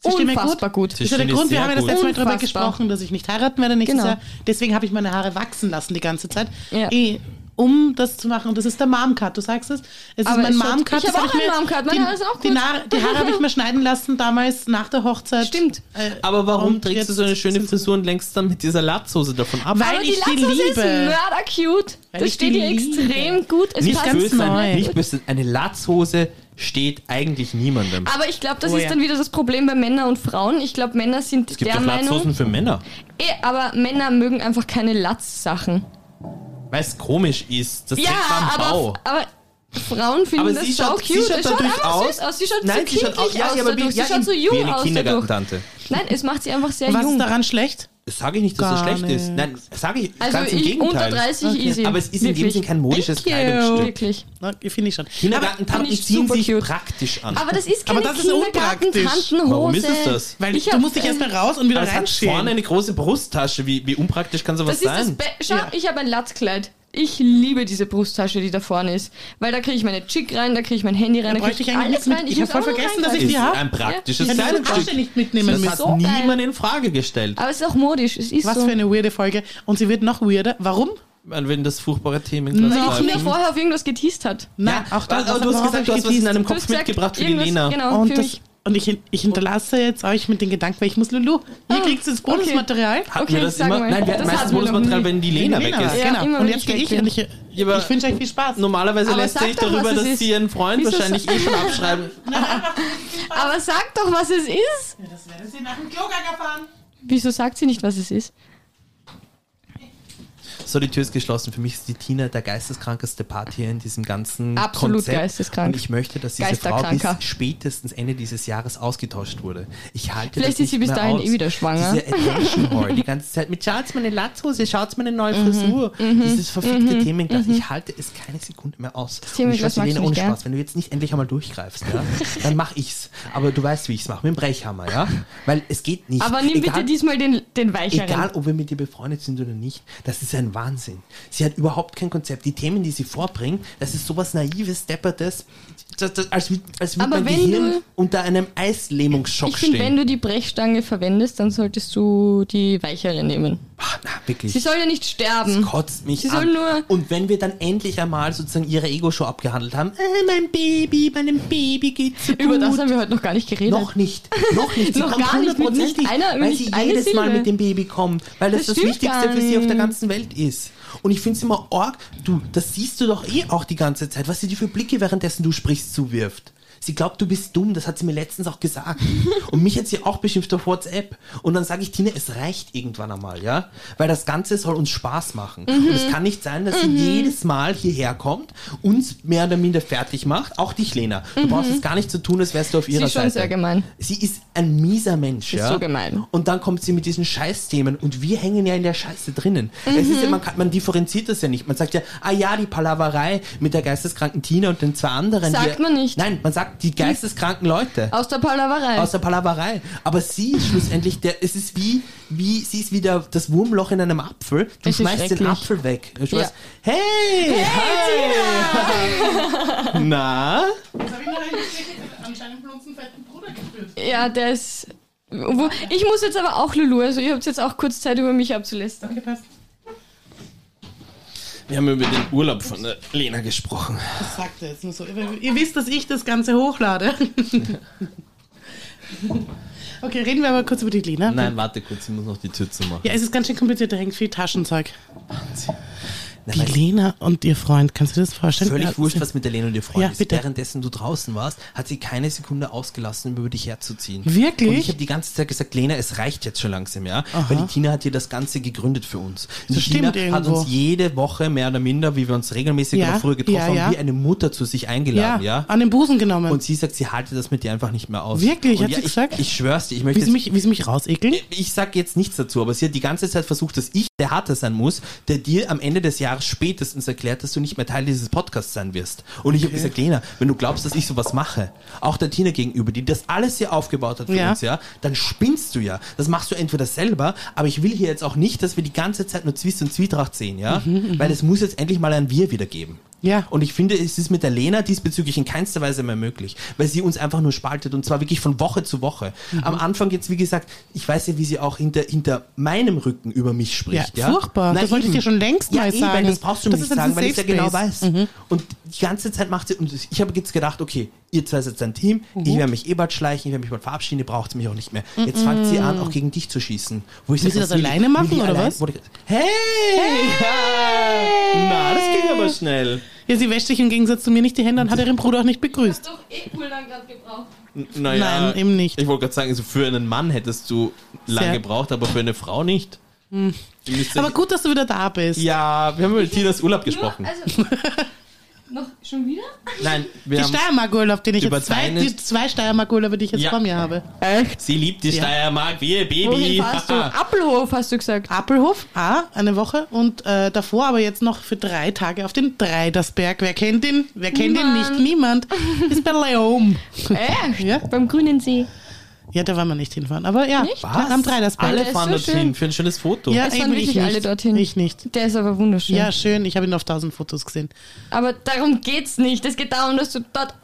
Speaker 1: Sie stehen mir gut?
Speaker 2: unfassbar gut.
Speaker 1: Das ist ja der
Speaker 3: finde ich
Speaker 1: Grund, wir
Speaker 3: sehr
Speaker 1: haben ja das
Speaker 3: gut.
Speaker 1: letzte Mal darüber
Speaker 2: Unfassbar.
Speaker 1: gesprochen, dass ich nicht heiraten werde nächstes
Speaker 2: Genau.
Speaker 1: Jahr. Deswegen habe ich meine Haare wachsen lassen die ganze Zeit,
Speaker 2: Ja.
Speaker 1: eh, um das zu machen. Und das ist der Mom-Cut, du sagst es. Es
Speaker 2: Aber
Speaker 1: ist mein
Speaker 2: es schaut-
Speaker 1: Mom-Cut.
Speaker 2: ich
Speaker 1: das
Speaker 2: habe
Speaker 1: hab
Speaker 2: auch einen
Speaker 1: mir-
Speaker 2: Mom-Cut, meine
Speaker 1: die-
Speaker 2: Haare sind auch
Speaker 1: Die,
Speaker 2: kurz.
Speaker 1: Nar- die Haare habe ich mir schneiden lassen damals nach der Hochzeit.
Speaker 2: Stimmt.
Speaker 1: Äh,
Speaker 3: Aber warum
Speaker 1: Und
Speaker 3: trägst du
Speaker 1: jetzt
Speaker 3: so eine schöne
Speaker 1: sind-
Speaker 3: Frisur und lenkst dann mit dieser Latzhose davon ab?
Speaker 1: Weil
Speaker 2: Aber
Speaker 1: ich die
Speaker 2: Latzhose ist
Speaker 1: liebe.
Speaker 2: mörder cute.
Speaker 1: Weil
Speaker 2: das
Speaker 1: ich die
Speaker 2: steht dir
Speaker 1: liebe.
Speaker 2: extrem gut. Es
Speaker 3: nicht
Speaker 2: passt
Speaker 3: böse
Speaker 1: neu.
Speaker 3: sein, nicht böse. Eine Latzhose steht eigentlich niemandem.
Speaker 2: Aber ich glaube, das
Speaker 1: Oh
Speaker 2: ist
Speaker 1: ja.
Speaker 2: dann wieder das Problem bei Männern und Frauen. Ich glaube, Männer sind
Speaker 3: es gibt
Speaker 2: der
Speaker 3: doch
Speaker 2: Meinung.
Speaker 3: Latzhosen für Männer.
Speaker 2: Eh, aber Männer mögen einfach keine Latz-Sachen.
Speaker 3: Weil es komisch ist. Das
Speaker 2: Ja,
Speaker 3: trägt man
Speaker 2: aber,
Speaker 3: Bau.
Speaker 2: aber Frauen finden
Speaker 3: Aber
Speaker 2: das
Speaker 3: sie
Speaker 2: so
Speaker 3: schaut,
Speaker 2: cute.
Speaker 3: sie schaut
Speaker 2: es schaut
Speaker 3: dadurch
Speaker 2: einfach
Speaker 3: aus.
Speaker 2: süß aus. Sie schaut
Speaker 3: Nein,
Speaker 2: so
Speaker 3: sie schaut
Speaker 2: kindlich
Speaker 3: aus. Ja,
Speaker 2: aus
Speaker 3: ja, aber wie,
Speaker 2: dadurch.
Speaker 3: ja,
Speaker 2: sie schaut so
Speaker 3: eben,
Speaker 2: jung
Speaker 3: wie eine
Speaker 2: aus dadurch.
Speaker 3: Kindergartentante.
Speaker 2: Nein, es macht sie einfach sehr
Speaker 1: Was ist
Speaker 2: jung.
Speaker 1: daran schlecht?
Speaker 3: Das sage ich nicht, dass es
Speaker 1: Gar
Speaker 3: schlecht
Speaker 1: nichts.
Speaker 3: ist. Nein, sage ich
Speaker 2: Also
Speaker 3: ganz im
Speaker 2: ich, unter
Speaker 3: Gegenteil.
Speaker 2: 30
Speaker 1: Okay.
Speaker 2: easy.
Speaker 3: Aber es ist in dem
Speaker 2: Wirklich.
Speaker 3: Sinne kein modisches
Speaker 1: Thank you.
Speaker 3: Kleidungsstück.
Speaker 2: Wirklich.
Speaker 1: Na, Finde ich schon.
Speaker 3: Kindergartentanten
Speaker 2: Finde ich
Speaker 3: ziehen
Speaker 2: super
Speaker 3: sich
Speaker 2: cute.
Speaker 3: praktisch an.
Speaker 2: Aber das ist
Speaker 1: Aber
Speaker 2: keine
Speaker 1: das ist unpraktisch.
Speaker 2: Kindergartentantenhose.
Speaker 3: Warum ist es das?
Speaker 1: Weil
Speaker 2: Ich
Speaker 1: du
Speaker 2: hab-
Speaker 1: musst dich erstmal raus und wieder
Speaker 3: Aber es hat vorne
Speaker 1: reinschälen.
Speaker 3: eine große Brusttasche. Wie, wie unpraktisch kann sowas
Speaker 2: Das ist das
Speaker 3: sein?
Speaker 2: Be Schau,
Speaker 1: Ja.
Speaker 2: ich habe ein Latzkleid. Ich liebe diese Brusttasche, die da vorne ist. Weil da kriege ich meine Chick rein, da kriege ich mein Handy rein, da,
Speaker 1: bräuchte
Speaker 2: kriege
Speaker 1: ich
Speaker 2: ich
Speaker 1: eigentlich
Speaker 2: alles
Speaker 1: nichts
Speaker 2: rein.
Speaker 1: mit- ich hab
Speaker 2: muss
Speaker 1: voll
Speaker 2: auch noch
Speaker 1: vergessen, dass ich
Speaker 2: reingreifen.
Speaker 3: ist
Speaker 1: die hab.
Speaker 3: ein praktisches
Speaker 2: Ja.
Speaker 1: Ich hätte die
Speaker 3: Kleidungsstück.
Speaker 1: Tasche nicht mitnehmen
Speaker 3: Das
Speaker 1: müssen.
Speaker 3: hat
Speaker 2: So geil.
Speaker 3: niemand in Frage gestellt.
Speaker 2: Aber es ist auch modisch, es ist
Speaker 1: Was
Speaker 2: so.
Speaker 1: für eine weirde Folge. Und sie wird noch weirder. Warum?
Speaker 3: Weil wenn das furchtbare Themen
Speaker 1: Nein.
Speaker 3: gleich
Speaker 2: Weil die Tina
Speaker 3: bleiben.
Speaker 2: vorher auf irgendwas geteased hat.
Speaker 1: Nein,
Speaker 3: Ja,
Speaker 1: auch da.
Speaker 3: aber du
Speaker 1: worauf hab
Speaker 3: hast gesagt, du
Speaker 1: ich
Speaker 3: hast was in
Speaker 1: geteased?
Speaker 3: deinem
Speaker 2: Du
Speaker 3: Kopf
Speaker 2: hast gesagt,
Speaker 3: mitgebracht für die
Speaker 2: irgendwas-
Speaker 3: Lena.
Speaker 2: Genau,
Speaker 1: Und,
Speaker 2: für
Speaker 1: das,
Speaker 2: mich.
Speaker 1: und ich, hin- ich hinterlasse jetzt euch mit den Gedanken, weil ich muss Lulu. Ihr
Speaker 2: Ah,
Speaker 1: kriegt jetzt
Speaker 2: okay.
Speaker 1: Bonusmaterial.
Speaker 3: Hatten
Speaker 2: Okay,
Speaker 3: wir das
Speaker 2: sag
Speaker 3: immer?
Speaker 2: mal.
Speaker 3: Nein, wir hatten
Speaker 2: Das
Speaker 3: meistens
Speaker 2: hatten wir noch
Speaker 3: Bonusmaterial,
Speaker 2: nie.
Speaker 3: wenn die Lena weg ist.
Speaker 2: Ja,
Speaker 1: genau.
Speaker 2: immer,
Speaker 1: und
Speaker 2: wenn
Speaker 1: jetzt
Speaker 2: ich
Speaker 1: gehe
Speaker 2: weg
Speaker 1: ich
Speaker 2: bin.
Speaker 1: und ich,
Speaker 3: aber-
Speaker 1: ich wünsche euch viel Spaß.
Speaker 3: Normalerweise
Speaker 2: Aber
Speaker 3: lässt
Speaker 2: sag
Speaker 3: sich
Speaker 2: doch,
Speaker 3: darüber,
Speaker 2: was es
Speaker 3: dass
Speaker 2: ist.
Speaker 3: sie ihren Freund
Speaker 2: Wieso
Speaker 3: wahrscheinlich eh schon abschreiben.
Speaker 2: Aber sag doch, was es ist.
Speaker 1: Das werden sie nach dem Klogang erfahren.
Speaker 2: Wieso sagt sie nicht, was es ist?
Speaker 3: So, die Tür ist geschlossen. Für mich ist die Tina der geisteskrankeste Part hier in diesem ganzen
Speaker 2: Absolut
Speaker 3: Konzept.
Speaker 2: geisteskrank.
Speaker 3: Und ich möchte, dass diese Frau bis
Speaker 2: Geisterkranker.
Speaker 3: spätestens Ende dieses Jahres ausgetauscht wurde. Ich halte
Speaker 2: Vielleicht
Speaker 3: das
Speaker 2: ist sie bis
Speaker 3: nicht mehr
Speaker 2: dahin
Speaker 3: aus.
Speaker 2: eh wieder schwanger.
Speaker 3: Diese Attention Hall die ganze Zeit mit Schaut's meine Latzhose, schaut's meine neue
Speaker 2: Mhm.
Speaker 3: Frisur. Dieses verfickte Themenglas. Ich halte es keine Sekunde mehr aus. Das
Speaker 2: Themenglas
Speaker 3: ich
Speaker 2: magst
Speaker 3: weiß,
Speaker 2: du
Speaker 3: Lena,
Speaker 2: nicht,
Speaker 3: ohne
Speaker 2: gell?
Speaker 3: Spaß, wenn du jetzt nicht endlich einmal durchgreifst, ja, dann mach ich's. Aber du weißt, wie ich's mache, mit dem Brechhammer, ja? Weil es geht nicht.
Speaker 2: Aber nimm bitte
Speaker 3: Egal-
Speaker 2: diesmal den, den weicheren.
Speaker 3: Egal, ob wir mit ihr befreundet sind oder nicht, das ist ein Wahnsinn. Sie hat überhaupt kein Konzept. Die Themen, die sie vorbringt, das ist sowas Naives, Deppertes, das, das, als, wü- als würde
Speaker 2: Aber
Speaker 3: mein
Speaker 2: wenn
Speaker 3: Gehirn
Speaker 2: du-
Speaker 3: unter einem Eislähmungsschock
Speaker 2: Ich finde, wenn
Speaker 3: stehen.
Speaker 2: du die Brechstange verwendest, dann solltest du die weichere nehmen.
Speaker 3: Ach, Ah, na, wirklich.
Speaker 2: Sie soll ja nicht
Speaker 3: das
Speaker 2: sterben.
Speaker 3: kotzt mich
Speaker 2: Sie soll
Speaker 3: an.
Speaker 2: nur-
Speaker 3: Und wenn wir dann endlich einmal sozusagen ihre Ego-Show abgehandelt haben, äh, mein Baby, meinem Baby geht's so
Speaker 2: Über
Speaker 3: gut.
Speaker 2: das haben wir heute noch gar nicht geredet.
Speaker 3: Noch nicht. Noch nicht. Sie
Speaker 2: Noch
Speaker 3: kommt
Speaker 2: gar nicht, mit nicht
Speaker 3: hundertprozentig,
Speaker 2: einer-
Speaker 3: weil
Speaker 2: nicht
Speaker 3: sie
Speaker 2: eine
Speaker 3: jedes Mal
Speaker 2: Silbe.
Speaker 3: mit dem Baby kommt. Weil das
Speaker 2: Das
Speaker 3: das,
Speaker 2: stimmt
Speaker 3: Wichtigste
Speaker 2: gar
Speaker 3: für sie auf der
Speaker 2: nicht.
Speaker 3: ganzen Welt ist. Und ich finde es immer arg. Du, das siehst du doch eh auch die ganze Zeit, was sie dir für Blicke währenddessen du sprichst zuwirft. sie glaubt, du bist dumm, das hat sie mir letztens auch gesagt. Und mich hat sie auch beschimpft auf WhatsApp. Und dann sage ich, Tina, es reicht irgendwann einmal, ja? Weil das Ganze soll uns Spaß machen.
Speaker 2: Mhm.
Speaker 3: Und es kann nicht sein, dass sie jedes Mal hierher kommt, uns mehr oder minder fertig macht, auch dich, Lena. Du brauchst es gar nicht zu tun, als wärst du auf ihrer
Speaker 2: Mhm. ist schon
Speaker 3: Seite.
Speaker 2: sehr gemein.
Speaker 3: Sie ist ein mieser Mensch,
Speaker 2: Ist
Speaker 3: ja?
Speaker 2: so gemein.
Speaker 3: Und dann kommt sie mit diesen Scheißthemen und wir hängen ja in der Scheiße drinnen. Es
Speaker 2: Mhm.
Speaker 3: ist ja, man, kann, man differenziert das ja nicht. Man sagt ja, ah ja, die Palaverei mit der geisteskranken Tina und den zwei anderen.
Speaker 2: Sagt
Speaker 3: die,
Speaker 2: man nicht. Hm.
Speaker 3: Nein, man sagt die geisteskranken Leute.
Speaker 2: Aus der Palaverei.
Speaker 3: Aus der Palaverei. Aber sie ist schlussendlich der, es ist wie, wie, sie ist wieder das Wurmloch in einem Apfel. Du
Speaker 2: Es ist
Speaker 3: schmeißt den
Speaker 2: schrecklich.
Speaker 3: Apfel weg. Du schmeißt, hey! hi. Na?
Speaker 1: Das habe ich mir eigentlich anscheinend von unserem fetten Bruder gespürt.
Speaker 2: ja, der ist. Wo, ich muss jetzt aber auch Lulu, also ihr habt jetzt auch kurz Zeit, über mich abzulästern.
Speaker 1: Danke, passt.
Speaker 3: Wir haben über den Urlaub von der Lena gesprochen.
Speaker 1: Das sagt er jetzt nur so. Ihr, ihr wisst, dass ich das Ganze hochlade. okay, reden wir aber kurz über die Lena.
Speaker 3: Nein, warte kurz, ich muss noch die Tür zumachen.
Speaker 1: Ja, es ist ganz schön kompliziert, da hängt viel Taschenzeug. Die
Speaker 3: Nein, weil-
Speaker 1: Lena und ihr Freund, kannst du dir das vorstellen?
Speaker 3: Völlig
Speaker 1: Ja,
Speaker 3: wurscht, was mit der Lena und ihr Freund
Speaker 1: Ja,
Speaker 3: ist.
Speaker 1: bitte.
Speaker 3: Währenddessen du draußen warst, hat sie keine Sekunde ausgelassen, um über dich herzuziehen.
Speaker 1: Wirklich?
Speaker 3: Und ich habe die ganze Zeit gesagt, Lena, es reicht jetzt schon langsam, ja? Weil die Tina hat hier das Ganze gegründet für uns. Die
Speaker 1: Das
Speaker 3: Tina
Speaker 1: stimmt
Speaker 3: hat
Speaker 1: irgendwo.
Speaker 3: uns jede Woche mehr oder minder, wie wir uns regelmäßig
Speaker 1: Ja,
Speaker 3: oder früher getroffen
Speaker 1: ja, ja.
Speaker 3: haben, wie eine Mutter zu sich
Speaker 1: Ja,
Speaker 3: eingeladen, ja?
Speaker 1: an den Busen genommen.
Speaker 3: Und sie sagt, sie halte das mit dir einfach nicht mehr aus.
Speaker 1: Wirklich?
Speaker 3: Und
Speaker 1: Hat sie
Speaker 3: ich,
Speaker 1: gesagt?
Speaker 3: Ich schwör's dir, ich möchte
Speaker 1: wie, sie
Speaker 3: jetzt- Äh,
Speaker 1: mich, wie sie mich rausekeln?
Speaker 3: ich sag jetzt nichts dazu, aber sie hat die ganze Zeit versucht, dass ich der Harte sein muss, der dir am Ende des Jahres spätestens erklärt, dass du nicht mehr Teil dieses Podcasts sein wirst. Und ich habe gesagt, Lena, wenn du glaubst, dass ich sowas mache, auch der Tina gegenüber, die das alles hier aufgebaut hat für
Speaker 1: Ja.
Speaker 3: uns, ja, dann spinnst du ja. Das machst du entweder selber, aber ich will hier jetzt auch nicht, dass wir die ganze Zeit nur Zwist und Zwietracht sehen, ja, weil es muss jetzt endlich mal ein Wir wieder geben.
Speaker 1: Ja.
Speaker 3: Und ich finde, es ist mit der Lena diesbezüglich in keinster Weise mehr möglich, weil sie uns einfach nur spaltet und zwar wirklich von Woche zu Woche.
Speaker 1: Mhm.
Speaker 3: Am Anfang jetzt, wie gesagt, ich weiß ja, wie sie auch hinter, hinter meinem Rücken über mich spricht.
Speaker 1: Ja,
Speaker 3: Ja,
Speaker 1: furchtbar. Das wollte ich dir schon längst
Speaker 3: ja,
Speaker 1: mal
Speaker 3: eben,
Speaker 1: sagen.
Speaker 3: Das brauchst du mir
Speaker 1: Das ist
Speaker 3: nicht
Speaker 1: jetzt
Speaker 3: sagen,
Speaker 1: ein
Speaker 3: weil ich ja
Speaker 1: Safe
Speaker 3: genau
Speaker 1: Space. Mhm.
Speaker 3: weiß. Und die ganze Zeit macht sie, und ich habe jetzt gedacht, okay, ihr zwei seid ein Team, ich
Speaker 1: Mhm.
Speaker 3: werde mich eh bald schleichen, ich werde mich bald verabschieden, ihr braucht mich auch nicht mehr. Jetzt fängt sie an, auch gegen dich zu schießen. Wo ich
Speaker 1: Will sie
Speaker 3: was
Speaker 1: Mhm. das alleine
Speaker 3: will
Speaker 1: machen,
Speaker 3: ich
Speaker 1: oder
Speaker 3: allein-
Speaker 1: was?
Speaker 3: wo Ich, hey! Ja. Na, das ging aber schnell.
Speaker 1: Ja, sie wäscht sich im Gegensatz zu mir nicht die Hände und hat ihren Bruder auch nicht begrüßt.
Speaker 2: doch eh cool dann gerade gebraucht.
Speaker 3: Naja,
Speaker 1: Nein, eben nicht.
Speaker 3: Ich wollte gerade sagen, also für einen Mann hättest du lange
Speaker 1: Sehr. Hm.
Speaker 3: gebraucht, aber für eine Frau nicht. Ihr müsst
Speaker 1: Aber
Speaker 3: euch-
Speaker 1: gut, dass du wieder da bist.
Speaker 3: Ja, wir haben über Tinas Urlaub gesprochen.
Speaker 2: also, noch schon wieder?
Speaker 3: Nein, wir
Speaker 1: Die
Speaker 3: haben,
Speaker 1: Steiermark-Urlaub, den ich
Speaker 3: Über
Speaker 1: jetzt zwei,
Speaker 3: deine-
Speaker 1: die zwei Steiermark-Urlaube, die ich jetzt
Speaker 3: Ja.
Speaker 1: vor mir habe.
Speaker 2: Echt?
Speaker 3: sie liebt die
Speaker 1: Ja.
Speaker 3: Steiermark wie ihr Baby.
Speaker 2: Wohin fahrst du?
Speaker 3: Haha.
Speaker 2: Appelhof hast du gesagt.
Speaker 1: Appelhof, ah, eine Woche und äh, davor aber jetzt noch für drei Tage auf den Dreidersberg. Wer kennt ihn? Wer kennt ihn nicht? Niemand. Ist bei Leom.
Speaker 2: Echt?
Speaker 1: Ja?
Speaker 2: Beim Grünen See.
Speaker 1: ja, da wollen wir nicht hinfahren. Aber ja,
Speaker 2: Nicht?
Speaker 1: klar, am Dreidersberg.
Speaker 3: Alle
Speaker 2: ist
Speaker 3: fahren
Speaker 2: so
Speaker 3: dorthin
Speaker 2: schön.
Speaker 3: für ein schönes Foto.
Speaker 1: ja,
Speaker 2: Es fahren
Speaker 1: eben,
Speaker 2: wirklich
Speaker 1: ich
Speaker 2: alle
Speaker 1: nicht.
Speaker 2: dorthin.
Speaker 1: Ich nicht.
Speaker 2: Der ist aber wunderschön.
Speaker 1: Ja, schön. Ich habe ihn auf tausend Fotos gesehen.
Speaker 2: Aber darum geht's nicht. Es geht darum, dass du dort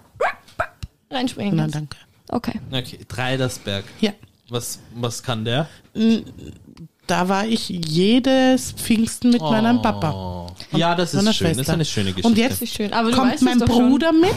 Speaker 2: reinspringen
Speaker 1: Nein,
Speaker 2: kannst.
Speaker 1: danke.
Speaker 2: Okay.
Speaker 3: Okay, Dreidersberg.
Speaker 1: Ja,
Speaker 3: Was, was kann der?
Speaker 1: da war ich jedes Pfingsten mit meinem Papa.
Speaker 3: Ja, Oh, das
Speaker 1: meiner
Speaker 3: ist schön. Das ist
Speaker 1: Schwester.
Speaker 3: eine schöne Geschichte.
Speaker 1: Und jetzt
Speaker 2: Das ist schön. Aber du
Speaker 1: Kommt
Speaker 2: weißt
Speaker 1: mein
Speaker 2: es doch
Speaker 1: Bruder mit?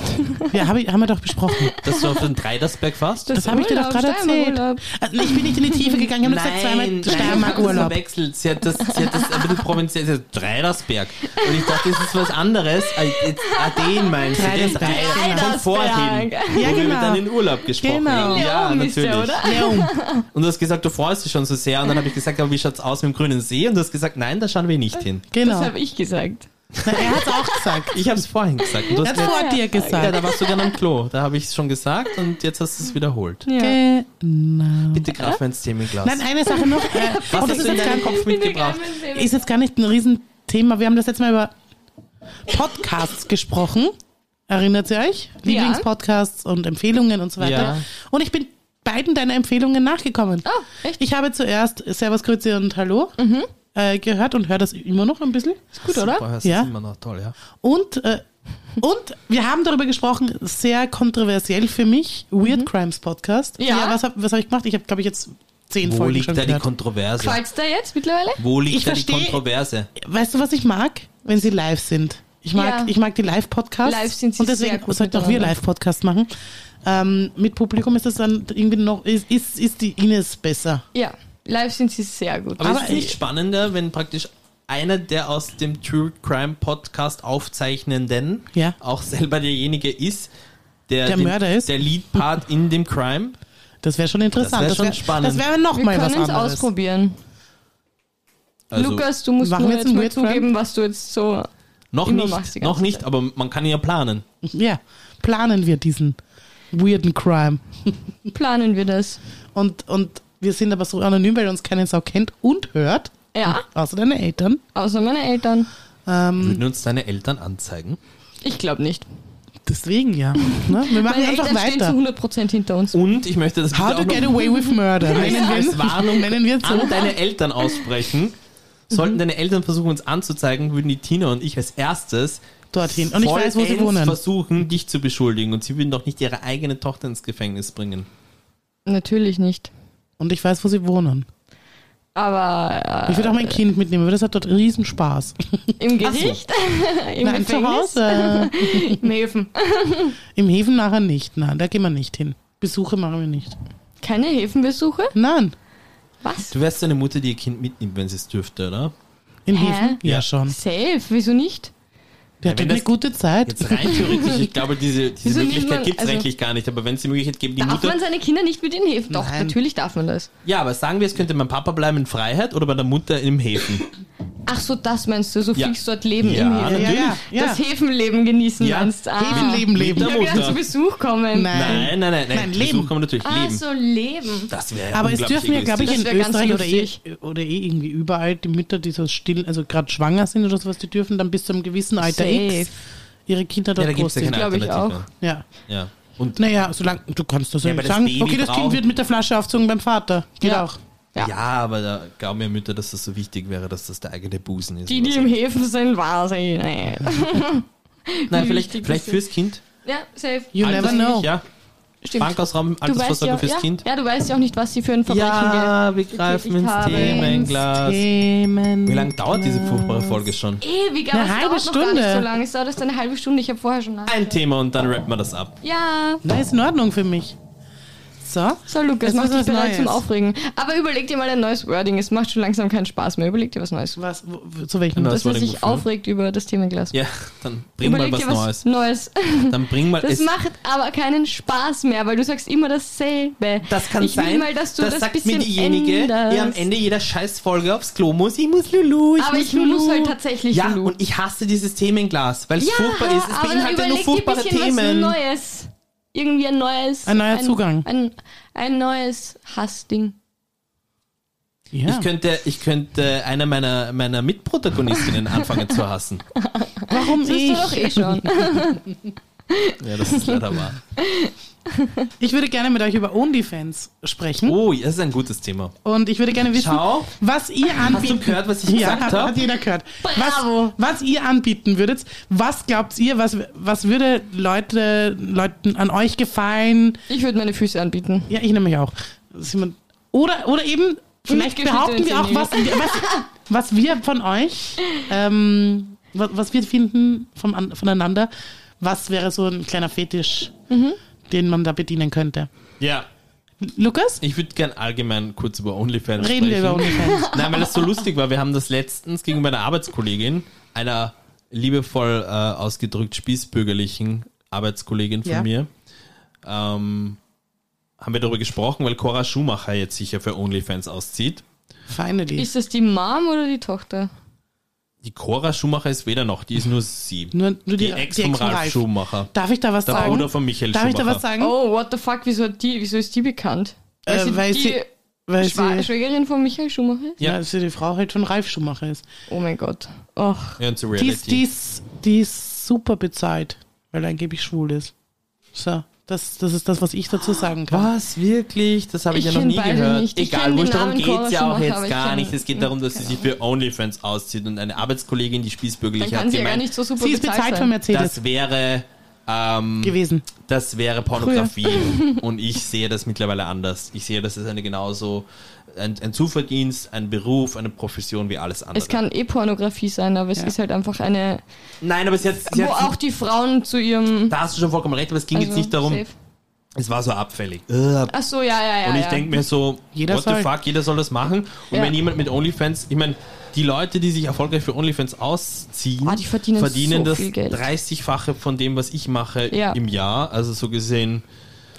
Speaker 1: Ja, hab ich, haben wir doch besprochen.
Speaker 3: Dass du auf den Dreidersberg fährst?
Speaker 2: schon.
Speaker 1: Das habe ich dir doch gerade erzählt.
Speaker 2: Urlaub.
Speaker 1: Also, ich bin nicht in die Tiefe gegangen, ich habe nur gesagt, zweimal Steiermark-Urlaub.
Speaker 3: verwechselt. Sie hat das, sie hat das ein bisschen provinziell, sie hat Dreidersberg. Und ich dachte, das ist was anderes. als Jetzt Athen meinst du, das
Speaker 1: Dreidersberg.
Speaker 3: Dreidersberg. Von vorhin.
Speaker 2: Dreidersberg.
Speaker 1: Ja,
Speaker 3: wo wir
Speaker 1: genau.
Speaker 3: dann in Urlaub gesprochen
Speaker 1: Genau.
Speaker 3: haben. Ja, um.
Speaker 2: Leon
Speaker 3: natürlich.
Speaker 2: ist der, oder?
Speaker 1: Leom.
Speaker 3: Und du hast gesagt, du freust dich schon so sehr. Und dann habe ich gesagt, aber wie schaut's aus mit dem grünen See? Und du hast gesagt, nein, da schauen wir nicht hin.
Speaker 1: Genau.
Speaker 2: Das habe ich gesagt.
Speaker 1: Na, er hat es auch gesagt.
Speaker 3: Ich habe es vorhin gesagt. Und du
Speaker 1: Er
Speaker 3: hast
Speaker 1: hat
Speaker 3: gesagt,
Speaker 1: vor dir
Speaker 3: ja,
Speaker 1: gesagt.
Speaker 3: da warst du dann am Klo. Da habe ich es schon gesagt und jetzt hast du es wiederholt.
Speaker 2: Ja.
Speaker 1: Genau.
Speaker 3: Bitte graf mir ein Themenglas.
Speaker 1: Nein, eine Sache noch. Äh,
Speaker 3: Was
Speaker 1: und das
Speaker 3: hast
Speaker 1: ist
Speaker 3: du in
Speaker 1: jetzt,
Speaker 3: deinem
Speaker 1: gar,
Speaker 3: Kopf mitgebracht?
Speaker 1: ist jetzt gar nicht ein Riesenthema. Wir haben das letzte Mal über Podcasts gesprochen. Erinnert ihr euch? Lieblingspodcasts und Empfehlungen und so weiter.
Speaker 3: Ja.
Speaker 1: Und ich bin beiden deiner Empfehlungen nachgekommen.
Speaker 2: Oh, echt?
Speaker 1: Ich habe zuerst Servus, Grüße und Hallo
Speaker 3: Mhm.
Speaker 1: äh, gehört und höre das immer noch ein bisschen.
Speaker 2: Ist gut, oder?
Speaker 3: Super, das
Speaker 1: Ja.
Speaker 3: ist immer noch toll, ja.
Speaker 1: Und, äh, und wir haben darüber gesprochen, sehr kontroversiell für mich, Weird Crimes Podcast.
Speaker 2: Mhm. Ja.
Speaker 1: was habe was hab ich gemacht? Ich habe, glaube ich, jetzt zehn
Speaker 3: Wo
Speaker 1: Folgen
Speaker 3: liegt
Speaker 1: schon
Speaker 3: da die
Speaker 1: gehört.
Speaker 3: Kontroverse?
Speaker 2: Gefällt's dir jetzt mittlerweile?
Speaker 3: Wo liegt
Speaker 1: Ich
Speaker 3: da die
Speaker 1: verstehe-
Speaker 3: Kontroverse?
Speaker 1: weißt du, was ich mag? Wenn sie live sind. Ich mag,
Speaker 2: Ja.
Speaker 1: ich mag die Live-Podcasts.
Speaker 2: Live sind sie
Speaker 1: Und deswegen
Speaker 2: sehr gut
Speaker 1: sollten auch wir
Speaker 2: miteinander.
Speaker 1: Live-Podcasts machen. Ähm, mit Publikum ist das dann irgendwie noch, ist, ist, ist die Ines besser.
Speaker 2: Ja. Live sind sie sehr gut. Also,
Speaker 3: Aber,
Speaker 1: Aber
Speaker 3: ist es nicht
Speaker 1: ich-
Speaker 3: spannender, wenn praktisch einer der aus dem True Crime Podcast aufzeichnenden
Speaker 1: Ja.
Speaker 3: auch selber derjenige ist, der,
Speaker 1: Der
Speaker 3: den-
Speaker 1: Mörder ist?
Speaker 3: Der Lead-Part in dem Crime.
Speaker 1: Das wäre schon
Speaker 3: Das
Speaker 1: interessant.
Speaker 3: wär
Speaker 1: Das
Speaker 3: schon
Speaker 1: wäre
Speaker 3: spannend.
Speaker 1: Das wäre noch
Speaker 2: Wir
Speaker 1: mal was
Speaker 2: können es
Speaker 1: anderes.
Speaker 2: ausprobieren.
Speaker 3: Also
Speaker 2: Lukas, du musst
Speaker 1: machen
Speaker 2: nur
Speaker 1: wir
Speaker 2: jetzt,
Speaker 1: jetzt einen
Speaker 2: mal
Speaker 1: Weird Crime?
Speaker 2: zugeben, was du jetzt so.
Speaker 3: noch
Speaker 2: immer machst du
Speaker 3: nicht,
Speaker 2: die
Speaker 3: noch
Speaker 2: ganze
Speaker 3: nicht,
Speaker 2: Zeit.
Speaker 3: aber man kann ja planen.
Speaker 1: Ja, planen wir diesen weirden Crime.
Speaker 2: Planen wir das.
Speaker 1: Und, und wir sind aber so anonym, weil uns keine Sau kennt und hört,
Speaker 2: Ja,
Speaker 1: außer deine Eltern.
Speaker 2: außer meine Eltern.
Speaker 1: Ähm,
Speaker 3: Würden uns deine Eltern anzeigen?
Speaker 2: Ich glaube nicht.
Speaker 1: deswegen ja. Ne? Wir machen
Speaker 2: meine
Speaker 1: einfach
Speaker 2: Eltern
Speaker 1: weiter.
Speaker 2: stehen zu 100% hinter uns.
Speaker 3: Und ich möchte das
Speaker 1: How
Speaker 3: bitte
Speaker 1: to
Speaker 3: auch noch
Speaker 1: get away with murder. Nennen wir
Speaker 3: als Warnung
Speaker 1: nennen wir es so. Mhm.
Speaker 3: an deine Eltern aussprechen. Sollten deine Eltern versuchen, uns anzuzeigen, würden die Tina und ich als erstes
Speaker 1: dorthin. Und ich weiß, wo sie
Speaker 3: vollends
Speaker 1: wohnen.
Speaker 3: versuchen, dich zu beschuldigen. Und sie würden doch nicht ihre eigene Tochter ins Gefängnis bringen.
Speaker 2: Natürlich nicht.
Speaker 1: Und ich weiß, wo sie wohnen.
Speaker 2: Aber
Speaker 1: Ich würde auch
Speaker 3: Äh.
Speaker 1: mein Kind mitnehmen, weil das hat dort riesen Spaß.
Speaker 2: äh, im Gericht, im
Speaker 1: Nein, zu
Speaker 2: Gefängnis,
Speaker 1: Hause.
Speaker 2: im Häfen.
Speaker 1: Im Häfen nachher nicht. Nein, da gehen wir nicht hin. Besuche machen wir nicht.
Speaker 2: Keine Häfenbesuche?
Speaker 1: Nein.
Speaker 2: Was?
Speaker 3: Du wärst eine Mutter, die ihr Kind mitnimmt, wenn sie es dürfte, oder?
Speaker 1: Im
Speaker 2: Hä?
Speaker 1: Häfen? Ja,
Speaker 3: Ja.
Speaker 1: schon.
Speaker 2: Safe, wieso nicht?
Speaker 1: Der
Speaker 3: Ja,
Speaker 1: hat
Speaker 3: wenn
Speaker 1: eine
Speaker 3: das-
Speaker 1: gute Zeit.
Speaker 3: Jetzt rein theoretisch, ich glaube, diese,
Speaker 2: Wieso
Speaker 3: diese
Speaker 2: nimmt
Speaker 3: Möglichkeit
Speaker 2: man-
Speaker 3: gibt es
Speaker 2: also-
Speaker 3: eigentlich gar nicht. Aber wenn es die Möglichkeit gibt, die
Speaker 2: darf
Speaker 3: Mutter.
Speaker 2: man seine Kinder nicht mit in den Häfen? Doch,
Speaker 1: Nein.
Speaker 2: natürlich darf man das.
Speaker 3: Ja, aber sagen wir, es könnte mein Papa bleiben in Freiheit oder bei der Mutter im Häfen.
Speaker 2: Ach so, das meinst du, so
Speaker 3: Ja.
Speaker 2: fix dort leben
Speaker 3: Ja,
Speaker 2: im Häfen.
Speaker 1: ja, ja, ja.
Speaker 2: Das Häfenleben genießen
Speaker 3: Ja.
Speaker 2: meinst. Ah.
Speaker 1: Häfenleben leben.
Speaker 3: Mit
Speaker 2: Ja, wir werden zu
Speaker 3: Mutter.
Speaker 2: Besuch
Speaker 1: Nein.
Speaker 2: kommen.
Speaker 3: Nein, nein, nein, nein.
Speaker 1: Nein,
Speaker 3: Besuch
Speaker 1: leben.
Speaker 3: kann man natürlich
Speaker 2: Ah,
Speaker 3: leben.
Speaker 2: so Leben.
Speaker 3: Das wäre
Speaker 1: Aber es
Speaker 3: unglaublich
Speaker 1: dürfen ja, glaube ich,
Speaker 3: egoistisch.
Speaker 1: in
Speaker 2: Das wär ganz
Speaker 1: Österreich oder eh,
Speaker 2: lustig.
Speaker 1: oder eh irgendwie überall die Mütter, die so still, also gerade schwanger sind oder sowas, die dürfen dann bis zu einem gewissen Alter
Speaker 2: Safe.
Speaker 1: X ihre Kinder
Speaker 3: Ja,
Speaker 1: dort
Speaker 3: da gibt
Speaker 1: groß
Speaker 3: es ja
Speaker 1: sind.
Speaker 3: keine
Speaker 2: Glaube ich
Speaker 3: Alternative.
Speaker 1: Ja.
Speaker 3: Ja. Und
Speaker 1: Naja, solange du kannst das
Speaker 3: Ja,
Speaker 1: ja,
Speaker 3: aber das
Speaker 1: sagen.
Speaker 3: Baby
Speaker 1: okay, das Kind
Speaker 3: braucht-
Speaker 1: wird mit der Flasche aufzogen beim Vater. Geht
Speaker 2: Ja.
Speaker 1: auch.
Speaker 2: Ja.
Speaker 3: ja. aber da glauben mir Mütter, dass das so wichtig wäre, dass das der eigene Busen ist.
Speaker 2: Die,
Speaker 3: oder
Speaker 2: die
Speaker 3: so.
Speaker 2: im Häfen sind, war sie. nicht.
Speaker 3: Nein,
Speaker 2: Wie
Speaker 3: vielleicht,
Speaker 2: wichtig
Speaker 3: vielleicht
Speaker 2: das
Speaker 3: fürs Kind.
Speaker 2: Ja, safe.
Speaker 1: You never know.
Speaker 3: Ja,
Speaker 2: Stimmt.
Speaker 3: Bankausraum,
Speaker 2: du weißt
Speaker 3: Altersvorsorge
Speaker 2: ja,
Speaker 3: fürs
Speaker 2: ja,
Speaker 3: Kind.
Speaker 2: ja, du weißt ja auch nicht, was sie für ein Verbrechen
Speaker 3: Ja, wir
Speaker 2: getätigt
Speaker 3: greifen ins
Speaker 2: haben.
Speaker 3: Themenglas. Wie
Speaker 1: Themen.
Speaker 3: lange dauert diese furchtbare Folge schon?
Speaker 2: Ewig, aber
Speaker 1: Eine
Speaker 2: es
Speaker 1: halbe
Speaker 2: dauert noch gar nicht
Speaker 1: Stunde.
Speaker 2: so lange. Es dauert erst eine halbe Stunde. Ich habe vorher schon nach.
Speaker 3: Ein Thema und dann rappen wir das ab.
Speaker 2: Ja.
Speaker 1: Na, ist in Ordnung für mich. So.
Speaker 2: So, Lukas,
Speaker 1: Jetzt
Speaker 2: mach
Speaker 1: müssen wir
Speaker 2: dich
Speaker 1: was
Speaker 2: bereit
Speaker 1: Neues.
Speaker 2: zum Aufregen. Aber überleg dir mal ein neues Wording. Es macht schon langsam keinen Spaß mehr. Überleg dir was Neues.
Speaker 1: Was, wo- wo- zu welchem?
Speaker 3: Genau.
Speaker 2: Dass
Speaker 3: Das
Speaker 2: man
Speaker 3: Wording
Speaker 2: sich
Speaker 3: wofür?
Speaker 2: aufregt über das Themenglas.
Speaker 3: Ja, dann bring
Speaker 2: Überleg
Speaker 3: mal
Speaker 2: dir
Speaker 3: was,
Speaker 2: was
Speaker 3: Neues.
Speaker 2: Neues.
Speaker 3: Dann bring mal
Speaker 2: Das
Speaker 3: es.
Speaker 2: macht aber keinen Spaß mehr, weil du sagst immer dasselbe.
Speaker 3: Das kann
Speaker 2: ich
Speaker 3: sein.
Speaker 2: Will mal, dass du das,
Speaker 3: sagt
Speaker 2: bisschen
Speaker 3: mir diejenige, die am
Speaker 2: änderst.
Speaker 3: Ende jeder Scheißfolge aufs Klo muss. Ich muss Lulu. Ich
Speaker 2: Aber
Speaker 3: muss
Speaker 2: ich
Speaker 3: Lulu.
Speaker 2: muss halt tatsächlich
Speaker 3: Ja,
Speaker 2: Lulu.
Speaker 3: und ich hasse dieses Themenglas, weil es
Speaker 2: ja,
Speaker 3: furchtbar ist. Es
Speaker 2: aber dann
Speaker 3: beinhaltet nur
Speaker 2: überleg dir
Speaker 3: furchtbare
Speaker 2: ein bisschen
Speaker 3: Themen.
Speaker 2: Was Neues. Irgendwie ein neues.
Speaker 1: Ein neuer Zugang.
Speaker 2: Ein, ein neues Hassding.
Speaker 1: Ja.
Speaker 3: Ich könnte, ich könnte einer meiner, meiner Mitprotagonistinnen anfangen zu hassen.
Speaker 1: Warum
Speaker 2: Das ist doch eh schon.
Speaker 3: Ja, das ist leider wahr.
Speaker 1: Ich würde gerne mit euch über OnlyFans sprechen.
Speaker 3: Oh, das ist ein gutes Thema.
Speaker 1: Und ich würde gerne wissen,
Speaker 3: Schau.
Speaker 1: was ihr
Speaker 3: Hast du
Speaker 1: anbietet.
Speaker 3: gehört, was ich
Speaker 1: ja,
Speaker 3: gesagt
Speaker 1: hat,
Speaker 3: habe?
Speaker 1: hat jeder gehört.
Speaker 2: Bravo.
Speaker 1: Was, was ihr anbieten würdet, was glaubt ihr, was, was würde Leute, Leuten an euch gefallen?
Speaker 2: Ich würde meine Füße anbieten.
Speaker 1: Ja, ich nehme mich auch. Simon. Oder, oder eben, vielleicht
Speaker 2: Mitgeschnittene
Speaker 1: behaupten wir auch, was, was, was wir von euch, ähm, was, was wir finden vom, an- voneinander, was wäre so ein kleiner Fetisch,
Speaker 2: Mhm.
Speaker 1: den man da bedienen könnte.
Speaker 3: Ja,
Speaker 1: Lukas?
Speaker 3: ich würde gern allgemein kurz über OnlyFans
Speaker 1: Reden
Speaker 3: sprechen.
Speaker 1: wir über OnlyFans.
Speaker 3: Nein, weil das so lustig war. Wir haben das letztens gegen meine Arbeitskollegin, einer liebevoll äh, ausgedrückt spießbürgerlichen Arbeitskollegin von
Speaker 1: Ja.
Speaker 3: mir, ähm, haben wir darüber gesprochen, weil Cora Schumacher jetzt sicher für OnlyFans auszieht.
Speaker 1: Finally.
Speaker 2: Ist das die Mom oder die Tochter?
Speaker 3: Die Cora Schumacher ist weder noch, die ist nur sie.
Speaker 1: Nur, nur die,
Speaker 3: die Ex vom Ralf Schumacher.
Speaker 1: Darf ich da was
Speaker 3: Der
Speaker 1: sagen?
Speaker 3: Bruder von Michael
Speaker 1: Darf ich da
Speaker 3: Schumacher.
Speaker 1: was sagen?
Speaker 2: Oh, what the fuck, wieso, hat die, wieso ist die bekannt?
Speaker 1: Äh, weil
Speaker 2: die
Speaker 1: sie- Weil
Speaker 2: Schwa-
Speaker 1: sie,
Speaker 2: Schwägerin von Michael Schumacher ist?
Speaker 1: ja.
Speaker 3: Ja.
Speaker 1: dass sie die Frau halt von Ralf Schumacher ist.
Speaker 2: Oh mein Gott. Och.
Speaker 3: Ja, und zu
Speaker 1: Die
Speaker 3: Reality.
Speaker 1: ist, die, ist, die ist super bezahlt, weil er angeblich schwul ist. So, das, das ist das, was ich dazu sagen kann.
Speaker 3: Was, wirklich? Das habe ich,
Speaker 2: Ich
Speaker 3: ja noch
Speaker 2: kenn
Speaker 3: nie
Speaker 2: beide
Speaker 3: gehört.
Speaker 2: nicht. Ich
Speaker 3: Egal,
Speaker 2: kenn
Speaker 3: wo
Speaker 2: den
Speaker 3: es darum
Speaker 2: Namen
Speaker 3: geht
Speaker 2: Cora
Speaker 3: ja auch
Speaker 2: Schumacher,
Speaker 3: jetzt
Speaker 2: aber
Speaker 3: gar
Speaker 2: ich
Speaker 3: nicht.
Speaker 2: kenn-
Speaker 3: Es geht darum, dass sie sich für OnlyFans auszieht und eine Arbeitskollegin, die
Speaker 2: Dann
Speaker 3: spießbürgerlich
Speaker 2: kann
Speaker 3: hat
Speaker 2: sie ja gar
Speaker 3: gemeint,
Speaker 2: nicht so super
Speaker 1: Sie ist bezahlt
Speaker 2: bezahlt
Speaker 1: von
Speaker 2: sein.
Speaker 1: Mercedes
Speaker 3: das wäre, ähm,
Speaker 1: gewesen.
Speaker 3: das wäre Pornografie. und ich sehe das mittlerweile anders. Ich sehe, das ist eine genauso ein, ein Zuverdienst, ein Beruf, eine Profession wie alles andere.
Speaker 2: Es kann eh Pornografie sein, aber es
Speaker 1: Ja.
Speaker 2: ist halt einfach eine,
Speaker 3: Nein, aber es jetzt,
Speaker 2: wo auch die Frauen zu ihrem...
Speaker 3: da hast du schon vollkommen recht, aber es ging
Speaker 2: also,
Speaker 3: jetzt nicht darum,
Speaker 2: safe.
Speaker 3: es war so abfällig.
Speaker 2: Ach so, ja, ja, ja.
Speaker 3: Und ich
Speaker 2: ja.
Speaker 3: denke mir so,
Speaker 1: Jeder
Speaker 3: what
Speaker 1: soll.
Speaker 3: the fuck, jeder soll das machen. Und
Speaker 2: Ja.
Speaker 3: wenn jemand mit OnlyFans, ich meine, die Leute, die sich erfolgreich für OnlyFans ausziehen,
Speaker 2: Ah, die verdienen so
Speaker 3: das
Speaker 2: viel Geld.
Speaker 3: 30-fache von dem, was ich mache
Speaker 2: Ja.
Speaker 3: im Jahr. Also so gesehen,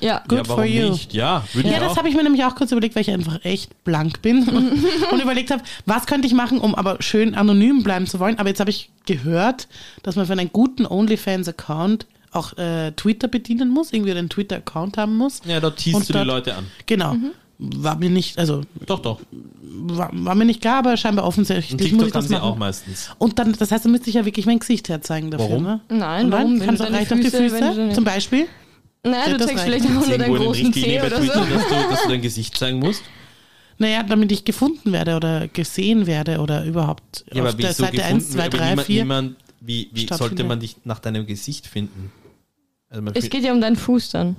Speaker 2: Ja.
Speaker 1: Good
Speaker 3: ja, warum
Speaker 1: for you.
Speaker 3: nicht? Ja, würde
Speaker 1: Ja,
Speaker 3: ich
Speaker 1: das
Speaker 3: auch.
Speaker 1: habe ich mir nämlich auch kurz überlegt, weil ich einfach echt blank bin und überlegt habe, was könnte ich machen, um aber schön anonym bleiben zu wollen. Aber jetzt habe ich gehört, dass man für einen guten OnlyFans-Account auch äh, Twitter bedienen muss, irgendwie einen Twitter-Account haben muss.
Speaker 3: Ja, dort
Speaker 1: Und
Speaker 3: ziehst du die
Speaker 1: dort-
Speaker 3: Leute an.
Speaker 1: Genau. War mir nicht, also
Speaker 3: Doch, doch.
Speaker 1: war, war mir nicht klar, aber scheinbar
Speaker 3: Und
Speaker 1: offensichtlich muss ich
Speaker 3: TikTok haben
Speaker 1: das
Speaker 3: sie
Speaker 1: machen.
Speaker 3: auch meistens.
Speaker 1: Und dann, das heißt, dann müsste ich ja wirklich mein Gesicht herzeigen dafür,
Speaker 3: Warum?
Speaker 1: ne?
Speaker 2: Nein, warum? Wenn
Speaker 1: Kannst
Speaker 2: du
Speaker 1: du
Speaker 2: deine
Speaker 1: reicht auf die
Speaker 2: Füße, wenn du
Speaker 1: Füße
Speaker 2: deine-
Speaker 1: zum Beispiel?
Speaker 2: Naja, du
Speaker 1: Das
Speaker 2: zeigst
Speaker 1: reicht.
Speaker 2: vielleicht einfach nur
Speaker 3: Irgendwo
Speaker 2: deinen
Speaker 3: in den
Speaker 2: großen Zeh
Speaker 3: Richtlinien bei
Speaker 2: oder so.
Speaker 3: Twitter, dass, du, dass du dein Gesicht zeigen musst.
Speaker 1: Naja, damit ich gefunden werde oder gesehen werde oder überhaupt
Speaker 3: Ja,
Speaker 1: auf
Speaker 3: aber
Speaker 1: der
Speaker 3: wieso
Speaker 1: Seite 1,
Speaker 3: gefunden?
Speaker 1: 2,
Speaker 3: Aber
Speaker 1: 3,
Speaker 3: niemand,
Speaker 1: 4.
Speaker 3: niemand, wie wie sollte
Speaker 1: stattfindet.
Speaker 3: man dich nach deinem Gesicht finden? Also man
Speaker 2: Es geht ja um deinen Fuß dann.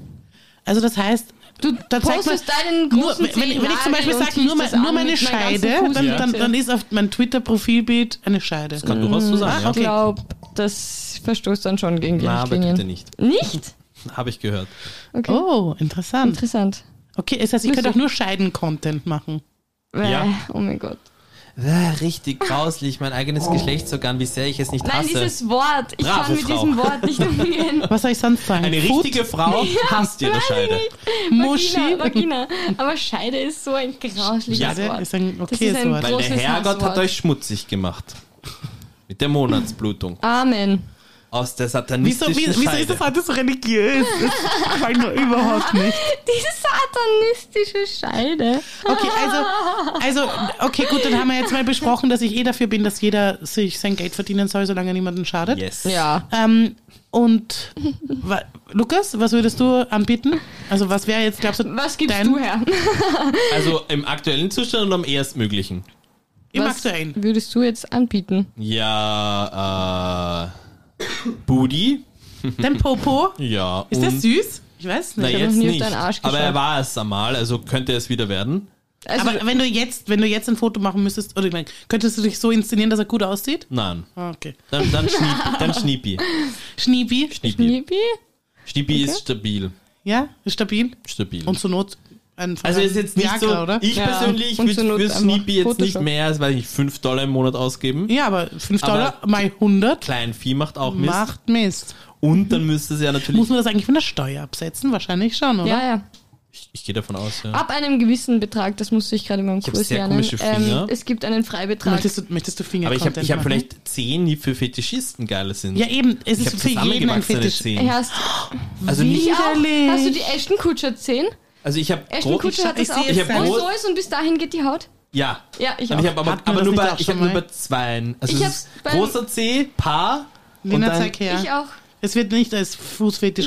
Speaker 1: Also das heißt,
Speaker 2: Du
Speaker 1: Da zeigt
Speaker 2: postest deinen
Speaker 1: nur,
Speaker 2: großen
Speaker 1: wenn, wenn wenn ich zum
Speaker 2: Zehennagel
Speaker 1: Beispiel
Speaker 2: und
Speaker 1: sage,
Speaker 2: ziehst
Speaker 1: nur, mein,
Speaker 2: das an
Speaker 1: nur meine
Speaker 2: mit meinem ganzen
Speaker 1: Scheide,
Speaker 2: Fuß.
Speaker 1: dann,
Speaker 2: Ja.
Speaker 1: dann, dann ist auf mein Twitter-Profilbild eine Scheide.
Speaker 3: kann durchaus so sein.
Speaker 1: Ah,
Speaker 3: ja.
Speaker 1: okay.
Speaker 2: Ich glaube, das verstoßt dann schon gegen die
Speaker 3: Na, aber bitte
Speaker 2: Richtlinien.
Speaker 3: nicht.
Speaker 2: Nicht?
Speaker 3: Habe ich gehört.
Speaker 2: Okay,
Speaker 1: Oh, interessant.
Speaker 2: interessant.
Speaker 1: Okay, das heißt, ich könnte auch nur Scheiden-Content machen.
Speaker 3: Ja.
Speaker 2: Äh, Oh mein Gott.
Speaker 3: Äh, Richtig grauslich, mein eigenes Geschlechtsorgan, wie sehr ich es nicht
Speaker 2: Oh. Nein,
Speaker 3: hasse.
Speaker 2: dieses Wort. Ich
Speaker 3: Brave
Speaker 2: kann mit
Speaker 3: Frau.
Speaker 2: diesem Wort nicht umgehen.
Speaker 1: Was soll ich sonst sagen?
Speaker 3: Eine
Speaker 1: Food,
Speaker 3: richtige Frau hasst ihre Scheide.
Speaker 1: Muschi.
Speaker 2: Vagina, Vagina. Aber Scheide ist so ein grausliches
Speaker 3: Ja,
Speaker 1: der
Speaker 2: Wort.
Speaker 1: ist ein
Speaker 2: Das
Speaker 1: okayes
Speaker 2: ein
Speaker 1: Wort.
Speaker 3: Weil der
Speaker 2: großes
Speaker 3: Herrgott hat
Speaker 2: Hasswort.
Speaker 3: euch schmutzig gemacht. Mit der Monatsblutung.
Speaker 2: Amen.
Speaker 3: Aus der
Speaker 1: Wieso,
Speaker 3: satanistischen
Speaker 1: wie, wieso
Speaker 3: Scheide.
Speaker 1: ist das alles so religiös? Das gefällt mir überhaupt nicht.
Speaker 2: Diese satanistische Scheide.
Speaker 1: Okay, also, also, okay, gut, dann haben wir jetzt mal besprochen, dass ich eh dafür bin, dass jeder sich sein Geld verdienen soll, solange niemandem schadet.
Speaker 3: Yes.
Speaker 2: Ja.
Speaker 1: Ähm, und wa, Lukas, was würdest du anbieten? Also was wäre jetzt, glaubst du,
Speaker 2: Was gibst
Speaker 1: dein,
Speaker 2: du her?
Speaker 3: Also im aktuellen Zustand und am erstmöglichen.
Speaker 1: im
Speaker 2: Was
Speaker 1: aktuellen?
Speaker 2: würdest du jetzt anbieten?
Speaker 3: Ja, äh, Booty.
Speaker 1: Dein Popo?
Speaker 3: Ja.
Speaker 1: Ist
Speaker 3: und,
Speaker 1: das süß? Ich weiß
Speaker 3: Na,
Speaker 1: nicht.
Speaker 2: hab noch
Speaker 3: jetzt
Speaker 2: nie auf
Speaker 3: nicht.
Speaker 2: deinen Arsch
Speaker 3: Aber er
Speaker 2: geschaut.
Speaker 3: war es einmal, also könnte es wieder werden.
Speaker 2: Also,
Speaker 1: aber wenn du jetzt, wenn du jetzt ein Foto machen müsstest, oder ich meine, könntest du dich so inszenieren, dass er gut aussieht?
Speaker 3: Nein.
Speaker 1: Ah, Okay.
Speaker 3: Dann, dann Schniepi. Dann Schniepi.
Speaker 1: Schniebi,
Speaker 3: Schniepi,
Speaker 2: Kniepi?
Speaker 3: Schniepi ist stabil.
Speaker 1: ja, ist stabil.
Speaker 3: Stabil.
Speaker 1: Und zur Not ein
Speaker 3: Also ist jetzt nicht
Speaker 1: Viagra,
Speaker 3: so,
Speaker 1: oder?
Speaker 3: ich
Speaker 2: Ja.
Speaker 3: persönlich
Speaker 2: Und zur
Speaker 3: würde
Speaker 2: Not
Speaker 3: für
Speaker 2: einfach
Speaker 3: Sneepy jetzt nicht
Speaker 2: Photoshop.
Speaker 3: mehr als, weiß ich, 5 Dollar im Monat ausgeben.
Speaker 1: Ja, aber 5
Speaker 3: Aber-
Speaker 1: Dollar mal 100
Speaker 3: Klein Vieh macht auch Mist.
Speaker 1: macht Mist.
Speaker 3: Und dann müsste sie ja natürlich,
Speaker 1: Muss man das eigentlich von der Steuer absetzen? Wahrscheinlich schon, oder?
Speaker 2: Ja, ja.
Speaker 3: ich, ich gehe davon aus,
Speaker 1: Ah,
Speaker 3: ja.
Speaker 2: Ab einem gewissen Betrag, das musste ich gerade in meinem
Speaker 3: hab
Speaker 2: Kurs
Speaker 3: sehr
Speaker 2: lernen. Ähm,
Speaker 3: komische Finger.
Speaker 2: es gibt einen Freibetrag.
Speaker 1: Möchtest du, möchtest du Finger
Speaker 3: Aber ich habe ich hab
Speaker 1: machen?
Speaker 3: vielleicht 10, die für Fetischisten geil sind.
Speaker 1: Ja, eben, es
Speaker 3: ich
Speaker 1: ist
Speaker 3: habe
Speaker 1: für jeden ein
Speaker 3: zusammengewachsene
Speaker 1: Fetisch.
Speaker 3: Zehen.
Speaker 2: Hast,
Speaker 3: Also, nicht,
Speaker 2: ich auch,
Speaker 1: Widerlich.
Speaker 2: hast du die Ashton Kutscher 10?
Speaker 3: also ich habe
Speaker 2: Ashton Kutscher hat
Speaker 1: ich
Speaker 2: das auch.
Speaker 1: sehe
Speaker 3: es Ich hab
Speaker 2: und
Speaker 3: groß-
Speaker 2: so ist und bis dahin geht die Haut?
Speaker 3: Ja.
Speaker 2: Ja, ich
Speaker 3: Und ich
Speaker 2: auch.
Speaker 3: habe aber,
Speaker 1: Hatten wir
Speaker 3: aber
Speaker 1: das
Speaker 3: nur
Speaker 1: nicht
Speaker 3: bei,
Speaker 1: auch
Speaker 3: ich
Speaker 1: schon
Speaker 3: hab nur
Speaker 1: mal?
Speaker 3: bei zweien. Also
Speaker 2: Ich
Speaker 3: es
Speaker 2: hab's
Speaker 3: ist
Speaker 2: beim-
Speaker 3: großer C, Paar und
Speaker 1: Lena,
Speaker 3: dann
Speaker 1: zeig her.
Speaker 2: Ich auch.
Speaker 1: Es wird nicht als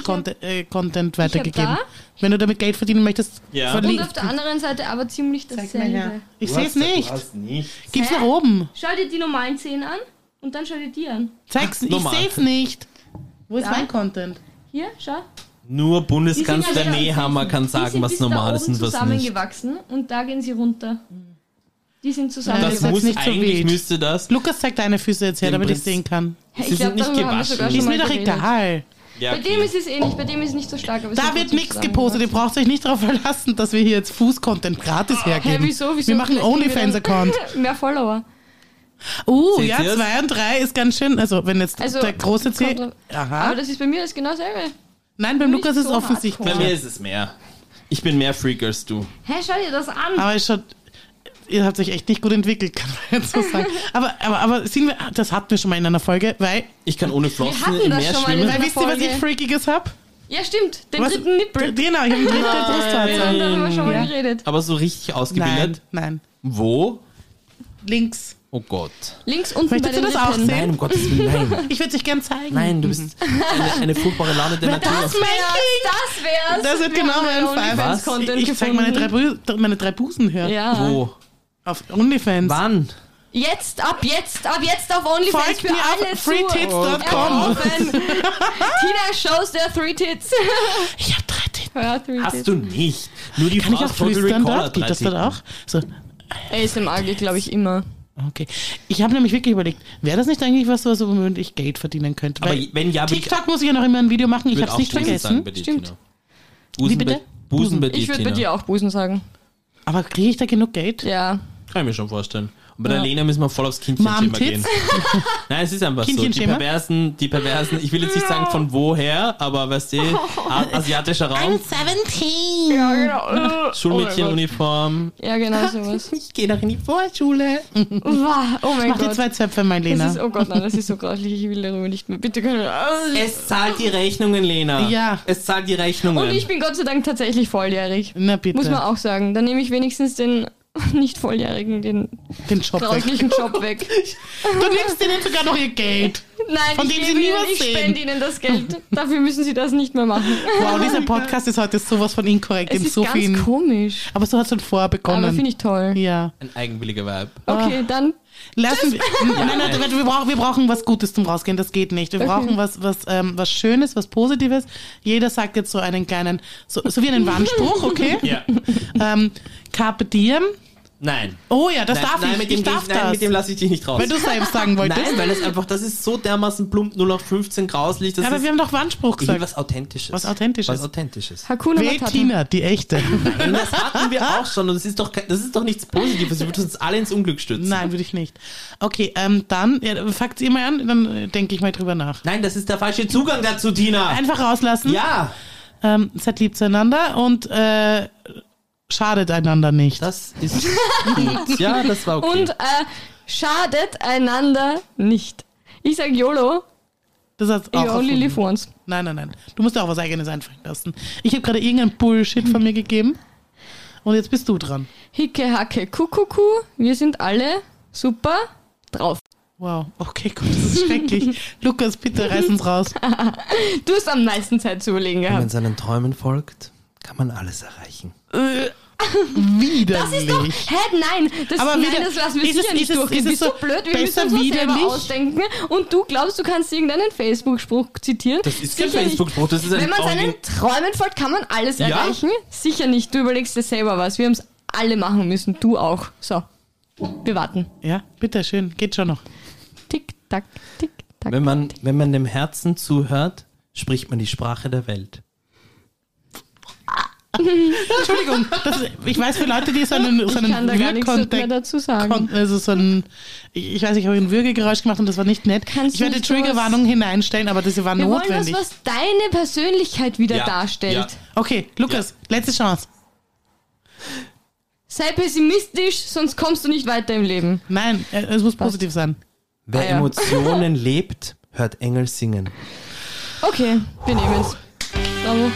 Speaker 1: Fußfetisch-Content weitergegeben.
Speaker 2: da-
Speaker 1: Wenn du damit Geld verdienen möchtest,
Speaker 3: Ja.
Speaker 2: Und
Speaker 1: verli-
Speaker 2: auf der anderen Seite aber ziemlich
Speaker 1: Zeig mal her.
Speaker 2: dasselbe.
Speaker 1: Ich
Speaker 3: Du
Speaker 1: sehe es
Speaker 3: hast- du
Speaker 1: nicht.
Speaker 3: hast nicht.
Speaker 1: Gib's
Speaker 2: Hä?
Speaker 1: nach oben.
Speaker 2: Schau dir die normalen Zehen an und dann schau dir die an.
Speaker 1: Zeig's, ich
Speaker 3: normal.
Speaker 1: sehe es nicht. Wo ist
Speaker 2: Da?
Speaker 1: mein Content?
Speaker 2: Hier, schau.
Speaker 3: Nur Bundeskanzler
Speaker 2: alle am
Speaker 3: Nehammer kann
Speaker 2: die sind
Speaker 3: sagen, was
Speaker 2: bis
Speaker 3: normal
Speaker 2: da
Speaker 3: ist
Speaker 2: oben
Speaker 3: und was nicht.
Speaker 2: zusammengewachsen und da gehen sie runter. Die
Speaker 1: Das ist jetzt
Speaker 2: sind
Speaker 3: Das
Speaker 2: zusammengewachsen.
Speaker 3: muss
Speaker 1: nicht so
Speaker 3: eigentlich
Speaker 1: wild.
Speaker 3: müsste das.
Speaker 1: Lukas zeigt deine Füße jetzt her,
Speaker 3: Den
Speaker 1: damit ich
Speaker 3: Prinz-
Speaker 1: sehen kann.
Speaker 2: Ich
Speaker 3: sie
Speaker 2: glaub,
Speaker 3: sind nicht
Speaker 2: darüber haben wir sogar
Speaker 3: gewaschen.
Speaker 2: schon
Speaker 1: Ist
Speaker 2: mal
Speaker 1: mir doch
Speaker 2: geredet.
Speaker 1: egal.
Speaker 3: Ja,
Speaker 2: Bei dem ist es ähnlich, bei dem ist es nicht so stark. Aber es
Speaker 1: Da
Speaker 2: sind
Speaker 1: wird
Speaker 2: trotzdem
Speaker 1: nichts gepostet. Ihr braucht euch nicht darauf verlassen, dass wir hier jetzt Fußcontent gratis
Speaker 2: Hä,
Speaker 1: hergeben.
Speaker 2: wieso, wieso?
Speaker 1: Wir machen einen
Speaker 2: Vielleicht kriegen wir dann
Speaker 1: OnlyFans-Account.
Speaker 2: Mehr Follower.
Speaker 1: Uh,
Speaker 3: Seht
Speaker 1: ja,
Speaker 3: ihr's?
Speaker 1: 2 und 3 ist ganz schön. Also, wenn jetzt
Speaker 2: Also,
Speaker 1: der große
Speaker 2: kommt
Speaker 1: C.
Speaker 2: drauf- Aber
Speaker 1: Aha.
Speaker 2: das ist bei mir das genau selbe.
Speaker 1: Nein, beim
Speaker 2: nicht
Speaker 1: Lukas ist
Speaker 2: so
Speaker 1: offensichtlich.
Speaker 3: Bei mir ist es mehr. Ich bin mehr Freak als du.
Speaker 2: Hä, schau dir das an.
Speaker 1: Aber ist schon, ihr habt euch echt nicht gut entwickelt, kann man jetzt so sagen. Aber, aber, aber sehen wir, ah, das hatten wir schon mal in einer Folge, weil,
Speaker 3: Ich kann ohne Flossen
Speaker 2: hatten
Speaker 3: im
Speaker 2: das
Speaker 3: Meer
Speaker 2: schon mal
Speaker 3: schwimmen.
Speaker 2: in
Speaker 1: weil
Speaker 2: einer
Speaker 1: wisst ihr, was
Speaker 2: Folge.
Speaker 1: ich Freakiges hab?
Speaker 2: ja, stimmt. Den
Speaker 1: Was?
Speaker 2: dritten Nippel.
Speaker 1: Genau, ich habe einen dritten Brustwarze.
Speaker 2: Darüber haben wir schon mal
Speaker 1: Ja.
Speaker 2: geredet.
Speaker 3: Aber so richtig
Speaker 1: Nein,
Speaker 3: ausgebildet.
Speaker 1: nein.
Speaker 3: Wo?
Speaker 1: Links.
Speaker 3: Oh Gott.
Speaker 2: Links unten
Speaker 1: Möchtest
Speaker 2: bei den
Speaker 1: du das auch
Speaker 2: Lippen.
Speaker 1: sehen?
Speaker 3: um Gottes Willen, nein.
Speaker 1: Ich würde dich gern zeigen.
Speaker 3: Nein, du bist eine, eine furchtbare Laune der
Speaker 1: Das
Speaker 3: Natur.
Speaker 1: mein
Speaker 2: Das wär's.
Speaker 1: Kind. Das wird genau mein Fall.
Speaker 3: OnlyFans-
Speaker 2: Fall.
Speaker 1: Ich, ich zeig meine drei, Bu- meine drei Busen her.
Speaker 2: Ja.
Speaker 3: Wo?
Speaker 1: Auf OnlyFans.
Speaker 3: Wann?
Speaker 2: Jetzt, ab jetzt, ab jetzt auf OnlyFans
Speaker 1: Folgt
Speaker 2: für
Speaker 1: mir
Speaker 2: alle
Speaker 1: auf freetits.com.
Speaker 2: erhoben. Tina shows der Three Tits.
Speaker 1: Ich hab drei Titten.
Speaker 2: Hör Three
Speaker 3: Hast du nicht. Nur die
Speaker 1: Kann ich
Speaker 3: Frau
Speaker 1: auch
Speaker 3: aus Total
Speaker 1: flüstern
Speaker 3: Recall
Speaker 1: dort?
Speaker 3: hat
Speaker 1: Geht das dort
Speaker 3: drei
Speaker 1: auch? So,
Speaker 2: Tits. ASMR geht, glaube ich, immer.
Speaker 1: okay. Ich habe nämlich wirklich überlegt, wäre das nicht eigentlich was, was womit ich Geld verdienen könnte?
Speaker 3: Aber
Speaker 1: Weil-
Speaker 3: wenn ja, würde ich-
Speaker 1: TikTok muss ich ja noch immer ein Video machen, ich
Speaker 3: würde
Speaker 1: habe es
Speaker 3: auch genau.
Speaker 1: nicht
Speaker 3: Busen sagen
Speaker 1: vergessen.
Speaker 3: bei dir,
Speaker 2: Stimmt.
Speaker 3: Tina. Busen
Speaker 1: bitte?
Speaker 3: Bei, Busen bei dir,
Speaker 2: Ich würde bei
Speaker 3: Tina.
Speaker 2: dir auch Busen sagen.
Speaker 1: Aber kriege ich da genug Geld?
Speaker 2: Ja.
Speaker 3: Kann ich mir schon vorstellen. Und bei der
Speaker 1: Ja.
Speaker 3: Lena müssen wir voll aufs Kindchenschema
Speaker 1: Mom-Tits.
Speaker 3: gehen. Nein, es ist einfach so. Die
Speaker 1: Kindchenschema?
Speaker 3: perversen, die perversen, ich will jetzt nicht sagen von woher, aber weißt du,
Speaker 1: Oh.
Speaker 3: a- asiatischer Raum,
Speaker 1: 17.
Speaker 2: Ja, genau.
Speaker 3: Schulmädchenuniform.
Speaker 2: Ja, genau sowas.
Speaker 1: Ich gehe doch in die Vorschule.
Speaker 2: Wow, oh mein
Speaker 1: Mach dir
Speaker 2: Gott.
Speaker 1: zwei Zöpfe, mein
Speaker 2: Das
Speaker 1: Lena.
Speaker 2: ist, oh Gott, nein, das ist so grauslich. Ich will darüber nicht mehr. Bitte können wir.
Speaker 3: Es zahlt die Rechnungen, Lena.
Speaker 1: Ja.
Speaker 3: Es zahlt die
Speaker 2: Und
Speaker 3: Rechnungen.
Speaker 2: ich bin Gott sei Dank tatsächlich volljährig.
Speaker 1: Na bitte.
Speaker 2: Muss man auch sagen. Dann nehme ich wenigstens den nicht volljährigen, den
Speaker 1: den Job weg.
Speaker 2: grauslichen Job weg.
Speaker 1: Du nimmst denen sogar noch ihr Geld.
Speaker 2: Nein,
Speaker 1: Von
Speaker 2: ich,
Speaker 1: dem
Speaker 2: gebe
Speaker 1: sie nie
Speaker 2: ihnen,
Speaker 1: was
Speaker 2: ich
Speaker 1: sehen.
Speaker 2: spende ihnen das Geld. Dafür müssen sie das nicht mehr machen.
Speaker 1: Wow, dieser Podcast ist heute sowas von inkorrekt.
Speaker 2: Oh Es
Speaker 1: in
Speaker 2: ist
Speaker 1: so
Speaker 2: ganz
Speaker 1: vielen.
Speaker 2: komisch.
Speaker 1: Aber so hat es schon vorher begonnen.
Speaker 2: Aber finde ich toll.
Speaker 1: ja.
Speaker 3: Ein eigenwilliger Vibe.
Speaker 1: Ah.
Speaker 2: Okay, dann
Speaker 1: Lassen wir, nein, nein,
Speaker 3: nein.
Speaker 1: warte, wir, brauchen, wir brauchen was Gutes zum Rausgehen, das geht nicht. Wir brauchen was, was, ähm, was Schönes, was Positives. Jeder sagt jetzt so einen kleinen, so, so wie einen Wandspruch, okay?
Speaker 3: Ja.
Speaker 1: Ähm, Carpe diem.
Speaker 3: Nein.
Speaker 1: Oh ja, das
Speaker 3: nein,
Speaker 1: darf
Speaker 3: nein,
Speaker 1: ich,
Speaker 3: mit dem
Speaker 1: ich
Speaker 3: gehe
Speaker 1: darf
Speaker 3: ich-
Speaker 1: das.
Speaker 3: Nein, mit dem lasse ich dich nicht raus.
Speaker 1: weil du selbst sagen wolltest.
Speaker 3: Nein, weil es einfach, das ist so dermaßen plump 0815 grauslich, das
Speaker 1: Ja, aber
Speaker 3: ist
Speaker 1: wir haben doch Wandspruch
Speaker 3: ich will
Speaker 1: gesagt.
Speaker 3: was Authentisches.
Speaker 1: Was Authentisches.
Speaker 3: Was Authentisches.
Speaker 2: Hakuna
Speaker 1: Wähl
Speaker 2: Matata.
Speaker 1: Tina, die echte.
Speaker 3: Und das hatten wir auch schon und das ist doch, kein- das ist doch nichts Positives, wir würden uns alle ins Unglück stützen.
Speaker 1: Nein, würde ich nicht. Okay, ähm, dann, ja, fangt ihr mal an, dann äh, denke ich mal drüber nach.
Speaker 3: Nein, das ist der falsche Zugang dazu, Tina.
Speaker 2: Ähm,
Speaker 1: Einfach rauslassen.
Speaker 3: Ja,
Speaker 1: Ähm, seid lieb zueinander und äh, schadet einander nicht.
Speaker 3: das ist gut. Ja, das war okay.
Speaker 2: Und äh, schadet einander nicht. Ich sag YOLO,
Speaker 1: Das hast
Speaker 2: you
Speaker 1: auch
Speaker 2: only
Speaker 1: erfunden.
Speaker 2: live once.
Speaker 1: Nein, nein, nein. Du musst dir auch was Eigenes einfallen lassen. Ich habe gerade irgendein Bullshit von mir gegeben. Und jetzt bist du dran.
Speaker 2: Hicke, Hacke, Kuckucku, wir sind alle super drauf.
Speaker 1: Wow. Okay, gut, das ist schrecklich. Lukas, bitte reiß uns raus.
Speaker 2: Du hast am meisten Zeit zu überlegen
Speaker 3: Wenn man
Speaker 2: gehabt.
Speaker 3: seinen Träumen folgt, kann man alles erreichen.
Speaker 1: Widerlich.
Speaker 2: Das ist doch, hä, nein, das,
Speaker 1: Aber
Speaker 2: nein,
Speaker 1: wieder-
Speaker 2: das lassen wir
Speaker 1: ist
Speaker 2: sicher
Speaker 1: es-
Speaker 2: nicht
Speaker 1: ist es-
Speaker 2: durchgehen.
Speaker 1: ist es
Speaker 2: Bist du
Speaker 1: so
Speaker 2: blöd? Wir müssen
Speaker 1: besser
Speaker 2: uns was selber
Speaker 1: widerlich?
Speaker 2: ausdenken und du glaubst, du kannst irgendeinen Facebook-Spruch zitieren.
Speaker 3: Das ist kein
Speaker 2: Sicher nicht.
Speaker 3: Facebook-Spruch, das ist ein
Speaker 2: Wenn man seinen
Speaker 3: Origin-
Speaker 2: Träumen folgt, kann man alles
Speaker 3: Ja?
Speaker 2: erreichen. Sicher nicht, du überlegst dir selber was. Wir haben es alle machen müssen, du auch. So, wir warten.
Speaker 1: ja, bitte, schön. Geht schon noch.
Speaker 2: Tick, tack, tick, tack.
Speaker 3: Wenn man, wenn man dem Herzen zuhört, spricht man die Sprache der Welt.
Speaker 1: Entschuldigung. Das, ich weiß, für Leute, die so einen, so
Speaker 2: ich kann
Speaker 1: einen
Speaker 2: da gar nichts mehr
Speaker 1: Würgkontext
Speaker 2: dazu sagen.
Speaker 1: Kon- Also so ein, ich, ich weiß, ich habe ein Würgegeräusch gemacht und das war nicht nett.
Speaker 2: Kannst
Speaker 1: ich
Speaker 2: du
Speaker 1: werde
Speaker 2: nicht sowas-
Speaker 1: Triggerwarnung hineinstellen, aber das war
Speaker 2: Wir wollen das,
Speaker 1: notwendig.
Speaker 2: was deine Persönlichkeit wieder
Speaker 3: Ja,
Speaker 2: darstellt.
Speaker 3: ja.
Speaker 1: Okay, Lukas, letzte Chance.
Speaker 2: Sei pessimistisch, sonst kommst du nicht weiter im Leben.
Speaker 1: Nein, äh, es muss
Speaker 2: Passt.
Speaker 1: positiv sein.
Speaker 3: Wer
Speaker 2: Ah, ja.
Speaker 3: Emotionen lebt, hört Engel singen.
Speaker 2: Okay, wir nehmen es. Bravo.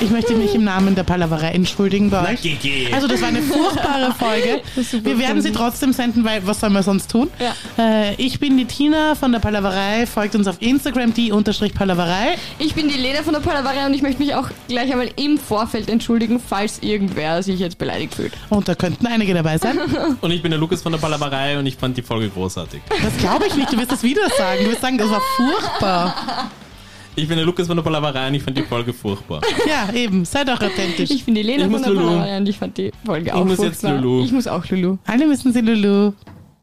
Speaker 1: Ich möchte mich im Namen der Palaverei entschuldigen bei euch.
Speaker 3: Gigi.
Speaker 1: Also das war eine furchtbare Folge.
Speaker 2: Das ist super
Speaker 1: Wir werden sie
Speaker 2: funny.
Speaker 1: trotzdem senden, weil was sollen wir sonst tun?
Speaker 2: Ja.
Speaker 1: Äh, ich bin die Tina von der Palaverei. Folgt uns auf Instagram, die unterstrich Palaverei.
Speaker 2: Ich bin die Lena von der Palavari und ich möchte mich auch gleich einmal im Vorfeld entschuldigen, falls irgendwer sich jetzt beleidigt fühlt.
Speaker 1: Und da könnten einige dabei sein.
Speaker 3: Und ich bin der Lukas von der Palaverei und ich fand die Folge großartig.
Speaker 1: Das glaube ich nicht. Du wirst das wieder sagen. Du wirst sagen, das war furchtbar.
Speaker 3: Ich bin der Lukas von der Palaverei und ich fand die Folge furchtbar.
Speaker 1: Ja, eben. Seid auch authentisch.
Speaker 2: Ich bin die Lena
Speaker 3: Ich
Speaker 2: von
Speaker 3: muss
Speaker 2: der
Speaker 3: Lulu.
Speaker 2: Palavari und ich fand die Folge auch
Speaker 3: muss
Speaker 2: furchtbar.
Speaker 3: jetzt Lulu.
Speaker 2: Ich muss auch Lulu.
Speaker 1: Alle müssen sie Lulu.